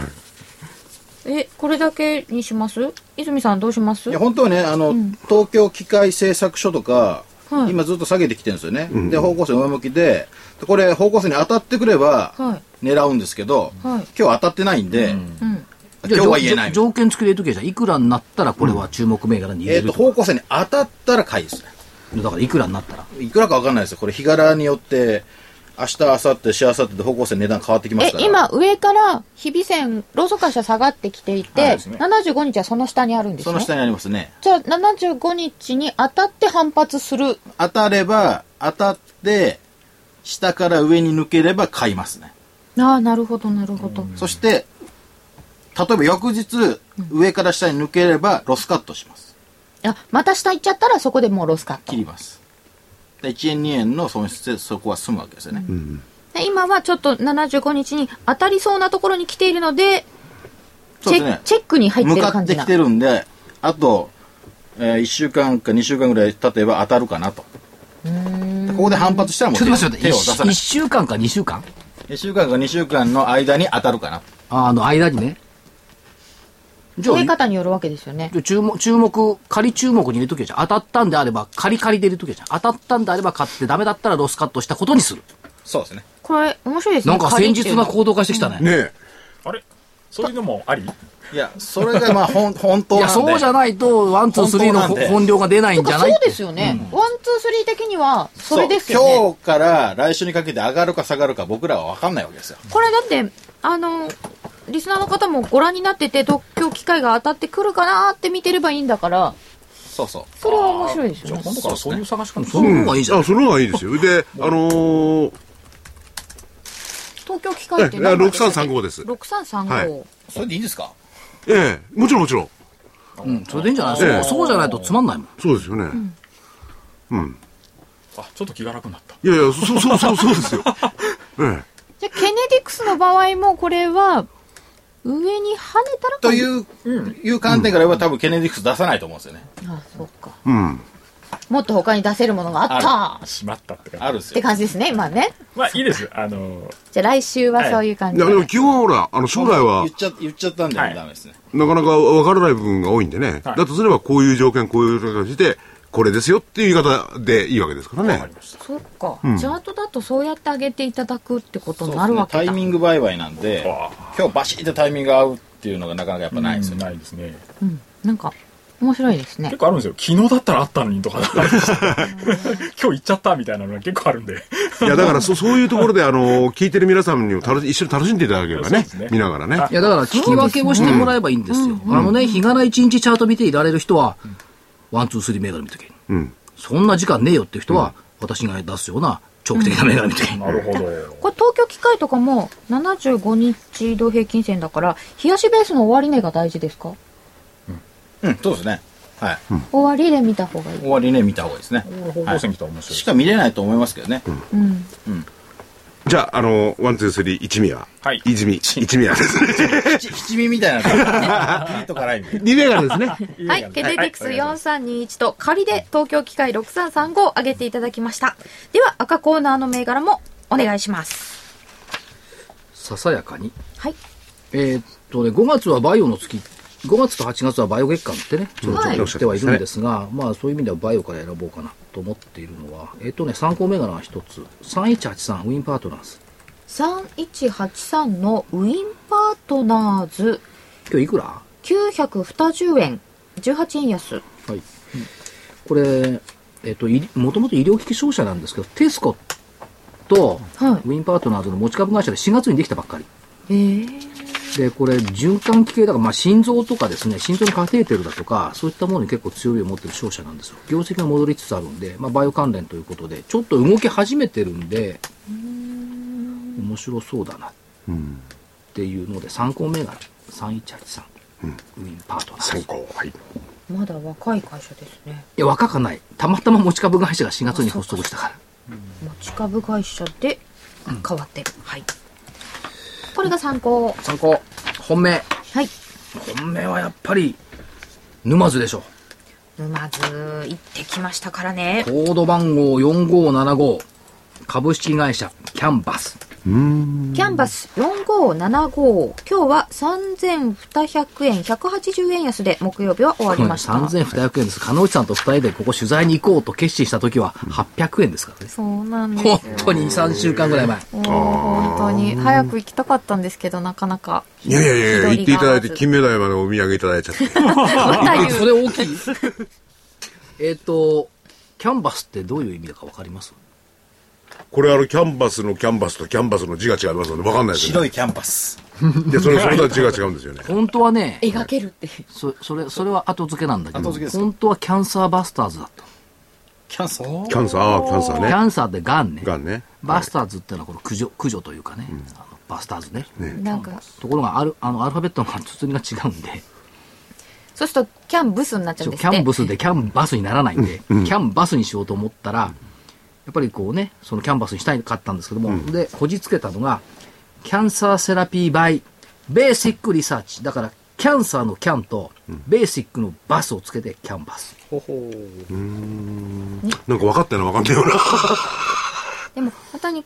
Speaker 1: ーいえこれだけにします泉さんどうします
Speaker 4: いや本当はねあの、東京機械製作所とか、
Speaker 1: はい
Speaker 4: 今ずっと下げてきてるんですよね、で方向性上向きででこれ方向性に当たってくれば
Speaker 1: はい
Speaker 4: 狙うんですけど、
Speaker 1: はい
Speaker 4: 今日当たってないんで、
Speaker 1: うん
Speaker 4: 今日は言えない
Speaker 2: じゃあ条件付きで言うときはじゃあいくらになったらこれは注目銘柄に入
Speaker 4: え
Speaker 2: れ
Speaker 4: っ
Speaker 2: る
Speaker 4: と
Speaker 2: とか
Speaker 4: 方向性に当たったら買いですね
Speaker 2: だからいくらになったら
Speaker 4: いくらか分かんないですよこれ日柄によって明日明後日し明後日で方向性値段変わってきま
Speaker 1: え
Speaker 4: すから
Speaker 1: 今上から日々線ローソク足下がってきてい
Speaker 3: は
Speaker 1: て、
Speaker 3: いですね
Speaker 1: 75日はその下にあるんです
Speaker 4: そ
Speaker 1: ね
Speaker 4: の下にありますね
Speaker 1: じゃあ75日に当たって反発する
Speaker 4: 当たれば当たって下から上に抜ければ買いますね
Speaker 1: ああなるほどなるほど、
Speaker 4: そして例えば翌日上から下に抜ければロスカットします
Speaker 1: あまた下行っちゃったらそこでもうロスカット
Speaker 4: 切りますで1円2円の損失でそこは済むわけですよね、
Speaker 1: で今はちょっと75日に当たりそうなところに来ているので
Speaker 4: そうですね
Speaker 1: チェチェックに入っ
Speaker 4: 向
Speaker 1: てる
Speaker 4: かっ
Speaker 1: 感
Speaker 4: て
Speaker 1: じ
Speaker 4: き
Speaker 1: な
Speaker 4: てるんであと、え1週間か2週間ぐらい経てば当たるかなとでここで反発したらもう
Speaker 2: ちょっと待って
Speaker 4: 手を手を出さ
Speaker 2: 1
Speaker 4: ない
Speaker 2: 週間か2週間
Speaker 4: 1週間か2週間の間に当たるかな
Speaker 2: ああの間にねじゃあ
Speaker 1: 増え方によるわけですよね
Speaker 2: じゃあ注目注目仮注目に入れとけじゃん当たったんであれば仮仮で入れとけじゃん当たったんであれば買ってダメだったらロスカットしたことにする
Speaker 4: そうですね
Speaker 1: これ面白いですね
Speaker 2: なんか
Speaker 1: 仮
Speaker 2: 先
Speaker 1: って
Speaker 2: 日
Speaker 1: いうの
Speaker 2: な行動化してきたね
Speaker 5: ねえ。
Speaker 3: あれそういうのもあり
Speaker 4: いやそれ
Speaker 1: *laughs*
Speaker 4: がまあほん本当
Speaker 2: い
Speaker 4: な
Speaker 2: や
Speaker 4: んで
Speaker 2: そうじゃないとワンツースリーの
Speaker 4: 本当なんで
Speaker 2: 本領が出ない
Speaker 1: と
Speaker 2: んじ
Speaker 1: か
Speaker 2: ゃない
Speaker 1: そうですよね、ワンツ3的にはそれですよね
Speaker 4: 今日から来週にかけて上がるか下がるか僕らは分かんないわけですよ。
Speaker 1: これだってあのリスナーの方もご覧になってて東京機会が当たってくるかなって見てればいいんだから
Speaker 4: そうそう。
Speaker 1: それは面白いです
Speaker 3: じ
Speaker 1: よ
Speaker 3: ゃ
Speaker 1: ね
Speaker 3: あ今度からそういう探し方も
Speaker 2: その方がいいじゃん
Speaker 5: あ、。その方がいいですよ。で、あのー
Speaker 1: 東京機会って
Speaker 5: えいや6335です
Speaker 1: 6335、
Speaker 5: はい
Speaker 4: それでいいんですか
Speaker 5: ええ、もちろんもちろん。
Speaker 2: うん、それでいいんじゃない、
Speaker 5: ええ
Speaker 2: そうそうじゃないとつまんないもん。
Speaker 5: そうですよね。うん。
Speaker 3: あちょっと気が楽になった
Speaker 5: いやいや、そそうそうそうそうですよ。 *laughs* ええ。
Speaker 1: じゃあケネディクスの場合もこれは上に跳ねたら
Speaker 4: という、いう観点から言えば多分ケネディクス出さないと思うんですよね。
Speaker 1: あそうか
Speaker 5: うん。
Speaker 1: もっと他に出せるものがあった
Speaker 3: しまったって感じ
Speaker 4: あるんです
Speaker 1: って
Speaker 4: よ。
Speaker 1: 感じですね今ね
Speaker 3: まあいいですあの
Speaker 1: じゃあ来週はそういう感
Speaker 5: い
Speaker 1: じ
Speaker 5: や、
Speaker 1: で、
Speaker 5: でも基本はほら、あの、将来は
Speaker 4: 言っ、ちゃ言っちゃったんで
Speaker 3: はい
Speaker 4: ダメですね。
Speaker 5: なかなか分からない部分が多いんでね。
Speaker 3: はい
Speaker 5: だとすれば、こういう条件、こういう条件をして、これですよっていう言い方でいいわけですからね。
Speaker 1: そっか、チャートだとそうやって上げていただくってことになる
Speaker 4: そうです
Speaker 1: わ
Speaker 4: ね
Speaker 1: けだ
Speaker 4: タイミング売買なんで
Speaker 3: わ、
Speaker 4: 今日バシッとタイミング合うっていうのがなかなかやっぱないですよね。
Speaker 3: ないですね
Speaker 1: うん、なんか面白いですね
Speaker 3: 結構あるんですよ昨日だったらあったのに *laughs* とか今日行っちゃったみたいなのが *laughs* 結構あるんで
Speaker 5: いや、だからそ、 *laughs* そういうところで、あの、聞いてる皆さんにも楽し一緒に楽しんでいただければ
Speaker 3: そ
Speaker 5: ね
Speaker 3: うですね、
Speaker 5: 見ながらね。
Speaker 3: はい
Speaker 2: いや、だから聞き分けをしてもらえばいいんですよ。あのね、日柄一日チャート見ていられる人は、ワン、ツー、スリー銘柄見とけ。
Speaker 5: うん。
Speaker 2: そんな時間ねえよっていう人は、私が出すような長期的な銘柄見とけ。
Speaker 3: なるほ *laughs* ど
Speaker 1: これ東京機械とかも75日移動平均線だから冷やしベースの終値が大事ですか
Speaker 4: うん、そうですね。はい。
Speaker 1: 終値で見た方がいい、
Speaker 4: 終わりね、見た方がいいですね。
Speaker 3: 方向線来たら面白い
Speaker 4: しか見れないと思いますけどね。
Speaker 1: うん、
Speaker 5: じゃあ、あの、ワン、ツー、スリー、一味は。
Speaker 3: はい
Speaker 5: 泉、一味はで
Speaker 3: *laughs*
Speaker 5: すね。
Speaker 4: 七七味みたいな感じ。ピリッと辛いみたいな。
Speaker 5: 二銘柄ですね。
Speaker 1: はい、ケテディクス4321と仮で東京機械6335を上げていただきましたでは赤コーナーの銘柄もお願いします
Speaker 2: ささやかに。
Speaker 1: はい
Speaker 2: えーっとね、5月はバイオの月、5月と8月はバイオ月間ってね、ちょっとしてはいるんですが、まあそういう意味ではバイオから選ぼうかなと思っているのは、えーっとね、参考銘柄が一つ、3183、ウィンパートナーズ。
Speaker 1: 3183のウィンパートナーズ
Speaker 2: 今日いくら
Speaker 1: 920円18円安
Speaker 2: はい、これ、えっと、いもともと医療機器商社なんですけど、テスコと
Speaker 1: はい
Speaker 2: ウィンパートナーズの持ち株会社で4月にできたばっかり。
Speaker 1: えー、
Speaker 2: で、これ、循環器系だから、まあ、心臓とかですね、心臓のカテーテルだとか、そういったものに結構強みを持ってる商社なんですよ。業績が戻りつつあるんで、まあ、バイオ関連ということで、ちょっと動き始めてるんで、面白そうだなっていうので、参考銘柄、3183、ウィンパートナーズ。
Speaker 8: 参考はい
Speaker 1: まだ若い会社ですね
Speaker 2: いや、若かない。たまたま持ち株会社が4月に発足したから。
Speaker 1: 持ち株会社で変わってる、はいこれが参考
Speaker 2: 参考。本命。
Speaker 1: はい
Speaker 2: 本命はやっぱり、沼津でしょ。
Speaker 1: 沼津行ってきましたからね
Speaker 2: コード番号4575。株式会社、キャンバス。
Speaker 1: キャンバス4575今日は3200円180円安で木曜日は終わりました
Speaker 2: 3200円です。鹿野内さんと二人でここ取材に行こうと決心した時は800円ですからね。
Speaker 9: そうなんですよ
Speaker 2: 本当に3週間ぐらい前。
Speaker 9: もう本当に早く行きたかったんですけどなかなか
Speaker 5: いやいやいや、言っていただいて、
Speaker 9: 一人が
Speaker 5: 金目鯛までお土産いただいち
Speaker 2: *laughs*
Speaker 5: ゃって。
Speaker 2: それ
Speaker 4: *laughs*
Speaker 2: 大きいえっと、キャンバスってどういう意味だかわかります
Speaker 5: これあの、キャンバスのキャンバスとキャンバスの字が違いますので、わかんないですよ
Speaker 4: 白
Speaker 5: ね。
Speaker 4: いキャンパス。
Speaker 5: で、それ、それとは字が違うんですよね。
Speaker 2: 本当はね、
Speaker 1: 描けるって
Speaker 2: そそれそれは後付けなんだけど
Speaker 4: 後付けですか
Speaker 2: 本当はキャンサーバスターズだった、
Speaker 4: キャンサー
Speaker 5: キャンサー、ああ、キャンサ
Speaker 2: キ
Speaker 5: ーね。
Speaker 2: ャンサーってがんね
Speaker 5: がんね。
Speaker 2: バスターズってのはこの駆除駆除というかね、あのバスターズね
Speaker 9: なんか
Speaker 2: ところがあるあのアルファベットの包みが違うんで
Speaker 9: そうするとキャンブスになっちゃ
Speaker 2: そ
Speaker 9: うんで
Speaker 2: うキ
Speaker 9: すっ
Speaker 2: ャ
Speaker 9: て
Speaker 2: ンブスでキャンバスにならないんで、キャンバスにしようと思ったら、やっぱりこうねそのキャンバスにしたいかったんですけども、でこじつけたのがキャンサーセラピーバイベーシックリサーチだからキャンサーのキャンとベーシックのバスをつけてキャンバス、
Speaker 5: なんか分かったような、分
Speaker 2: *laughs*
Speaker 5: かんないような。
Speaker 9: でも本当に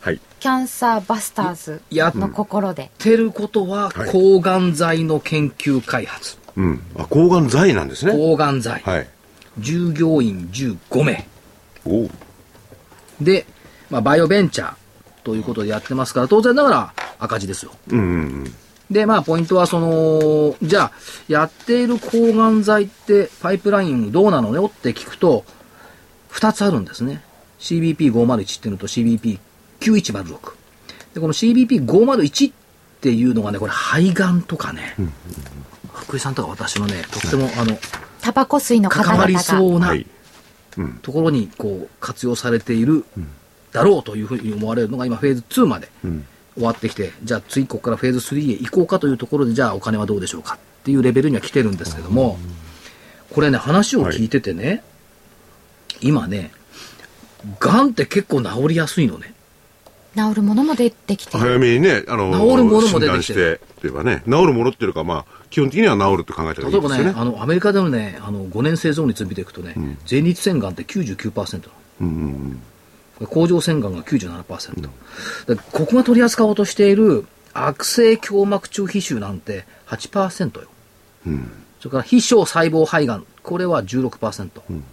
Speaker 8: はい
Speaker 9: キャンサーバスターズ
Speaker 2: やっ
Speaker 9: の心で
Speaker 2: てることは
Speaker 5: はい
Speaker 2: 抗がん剤の研究開発、
Speaker 5: うん。あ、抗がん剤なんですね。
Speaker 2: 抗がん剤、
Speaker 5: はい。
Speaker 2: 従業員15名
Speaker 5: おう
Speaker 2: で、まあ、バイオベンチャーということでやってますから当然ながら赤字ですよ
Speaker 5: うんうんうん。
Speaker 2: でまあポイントはそのじゃあやっている抗がん剤ってパイプラインどうなのよって聞くと2つあるんですね。CBP501 っていうのと CBP9106。で、この CBP501 っていうのがね、これ肺がんとかね、福井さんとか私のね、とっても、あの、
Speaker 1: タバコ吸いの方
Speaker 2: 関わ
Speaker 1: 々
Speaker 2: り
Speaker 1: が
Speaker 2: そうな
Speaker 8: はいうん
Speaker 2: ところにこう活用されているだろうというふうに思われるのが今フェーズ2まで終わってきて、じゃあ次ここからフェーズ3へ行こうかというところでじゃあお金はどうでしょうかっていうレベルには来てるんですけども、これね話を聞いててね、今ねがんって結構治りやすいのね
Speaker 1: 治るものも出てきてる
Speaker 8: 早めにね、あの、
Speaker 2: 治るものも出てきて
Speaker 8: 診断して、というかね、治るものっていうか、まあ、基本的には治ると考えたらいい
Speaker 2: 例
Speaker 8: で
Speaker 2: え
Speaker 8: す
Speaker 2: ば
Speaker 8: よ
Speaker 2: ね
Speaker 8: ね。
Speaker 2: あのアメリカでのねあの5年生存率見ていくとね、前立腺がんって99%なの
Speaker 8: うん
Speaker 2: 甲状腺がんが97%、でここが取り扱おうとしている悪性胸膜中皮腫なんて8%よ、それから非小細胞肺がんこれは16%、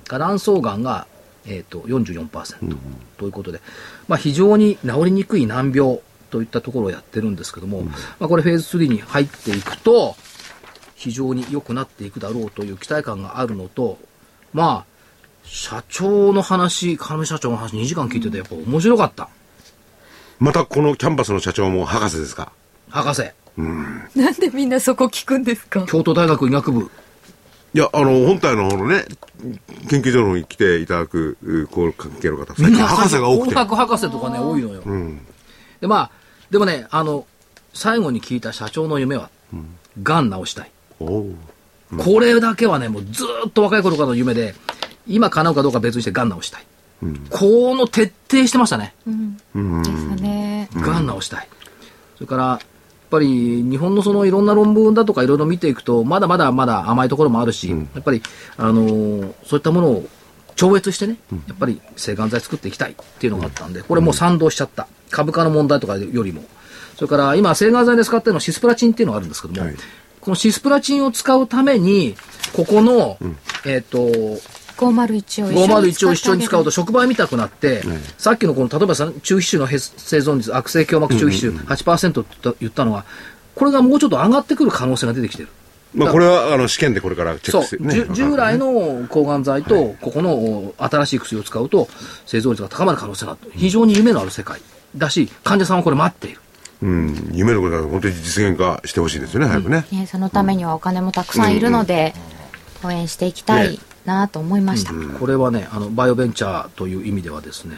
Speaker 2: 卵巣がんが、えー、と44%、ということで、まあ、非常に治りにくい難病といったところをやってるんですけども、まあ、これフェーズ3に入っていくと非常に良くなっていくだろうという期待感があるのとまあ社長の話、金社長の話2時間聞いてて、やっぱ面白かった。
Speaker 8: またこのキャンバスの社長も博士ですか
Speaker 2: 博士、
Speaker 9: なんでみんなそこ聞くんですか
Speaker 2: 京都大学医学部。
Speaker 8: いや、あの、本体の方のね、研究所の方に来ていただく、うこう、関係の方、最近博士が多くて
Speaker 2: 工。学博士とかね、多いのよ。で、まあ、でもね、あの、最後に聞いた社長の夢は、が、ん治したい。
Speaker 8: おう
Speaker 2: これだけはね、もうずーっと若い頃からの夢で、今叶うかどうか別にしてがん治したい。この徹底してましたね。
Speaker 9: ですかね。
Speaker 2: がん治したい、それからやっぱり日本のそのいろんな論文だとかいろいろ見ていくとまだまだまだ甘いところもあるし、やっぱり、あのーそういったものを超越してね、やっぱり性がん剤作っていきたいっていうのがあったんで、これもう賛同しちゃった株価の問題とかよりもそれから今性がん剤で使ってるのはシスプラチンっていうのがあるんですけども、このシスプラチンを使うためにここの、えっ、と
Speaker 1: 501を一緒に
Speaker 2: 501を一緒に使うと触媒みたくなって、さっきのこの例えばさ中皮腫のへ生存率悪性胸膜中皮腫8%って言った言ったのはこれがもうちょっと上がってくる可能性が出てきてる。
Speaker 8: まあ、これは、あの、試験でこれからチェッ
Speaker 2: そう
Speaker 8: クする、
Speaker 2: じゅ従来の抗がん剤と、ここのお新しい薬を使うと生存率が高まる可能性がある非常に夢のある世界だし患者さんはこれ待っている
Speaker 8: うん、夢のことは本当に実現化してほしいですよね、早くね。
Speaker 1: ね、そのためにはお金もたくさんいるので、応援していきたいなと思いました、
Speaker 2: これはねあのバイオベンチャーという意味ではですね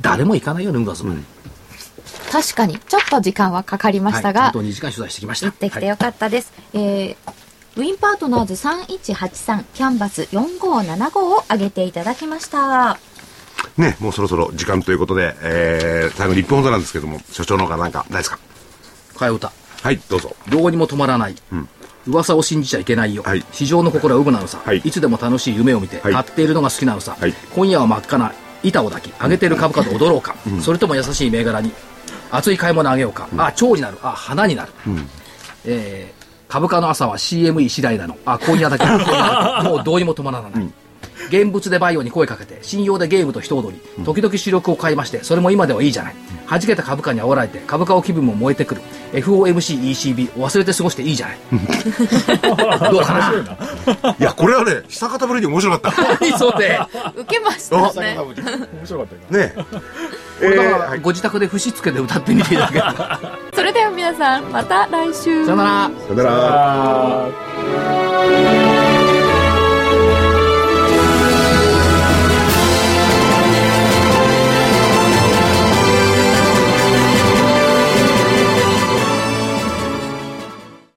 Speaker 2: 誰も行かないよねうがずまで、
Speaker 1: 確かにちょっと時間はかかりま
Speaker 2: は
Speaker 1: し
Speaker 2: い、
Speaker 1: た
Speaker 2: 担
Speaker 1: が、
Speaker 2: 当2時間取材してきました
Speaker 1: 行ってきて
Speaker 2: は
Speaker 1: よかったです、えーウィンパートナーズ3183キャンバス4575を上げていただきました
Speaker 8: ね、もうそろそろ時間ということで、えー、最後に1分ほどなんですけども、所長の方がなんか、ないですか
Speaker 2: い替え歌
Speaker 8: はい、どう
Speaker 2: *laughs*
Speaker 8: ぞ。
Speaker 2: どうにも止まらない、噂を信じちゃいけないよ、
Speaker 8: はい
Speaker 2: 市場の心は産むなのさ、
Speaker 8: はい
Speaker 2: い、つでも楽しい夢を見て、
Speaker 8: はい
Speaker 2: 買っているのが好きなのさ、
Speaker 8: はい
Speaker 2: 今夜は真っ赤な板を抱き上げている株価と踊ろうか、それとも優しい銘柄に熱い買い物あげようか、あ蝶になるあ花になる、えー株価の朝は CME 次第なのあ今
Speaker 8: *laughs*
Speaker 2: 夜だけ今夜だけもうどうにも止まらない、現物でバイオに声かけて信用でゲームと人踊り時々主力を買いましてそれも今ではいいじゃない弾けた株価に煽られて株価を気分も燃えてくる FOMCECB 忘れて過ごしていいじゃない *laughs* どうか *laughs* な
Speaker 8: いや、これはね、久方ぶりに面白かった。
Speaker 2: そうで
Speaker 9: 受けましたね。
Speaker 3: 面白かったよ
Speaker 8: ね。え
Speaker 2: *laughs* これだか
Speaker 8: ーは
Speaker 2: ら
Speaker 8: い
Speaker 2: ご自宅で節つけて歌ってみていただければ
Speaker 9: それでは皆さん、また来週。
Speaker 2: さよなら
Speaker 8: さよなら。
Speaker 3: あー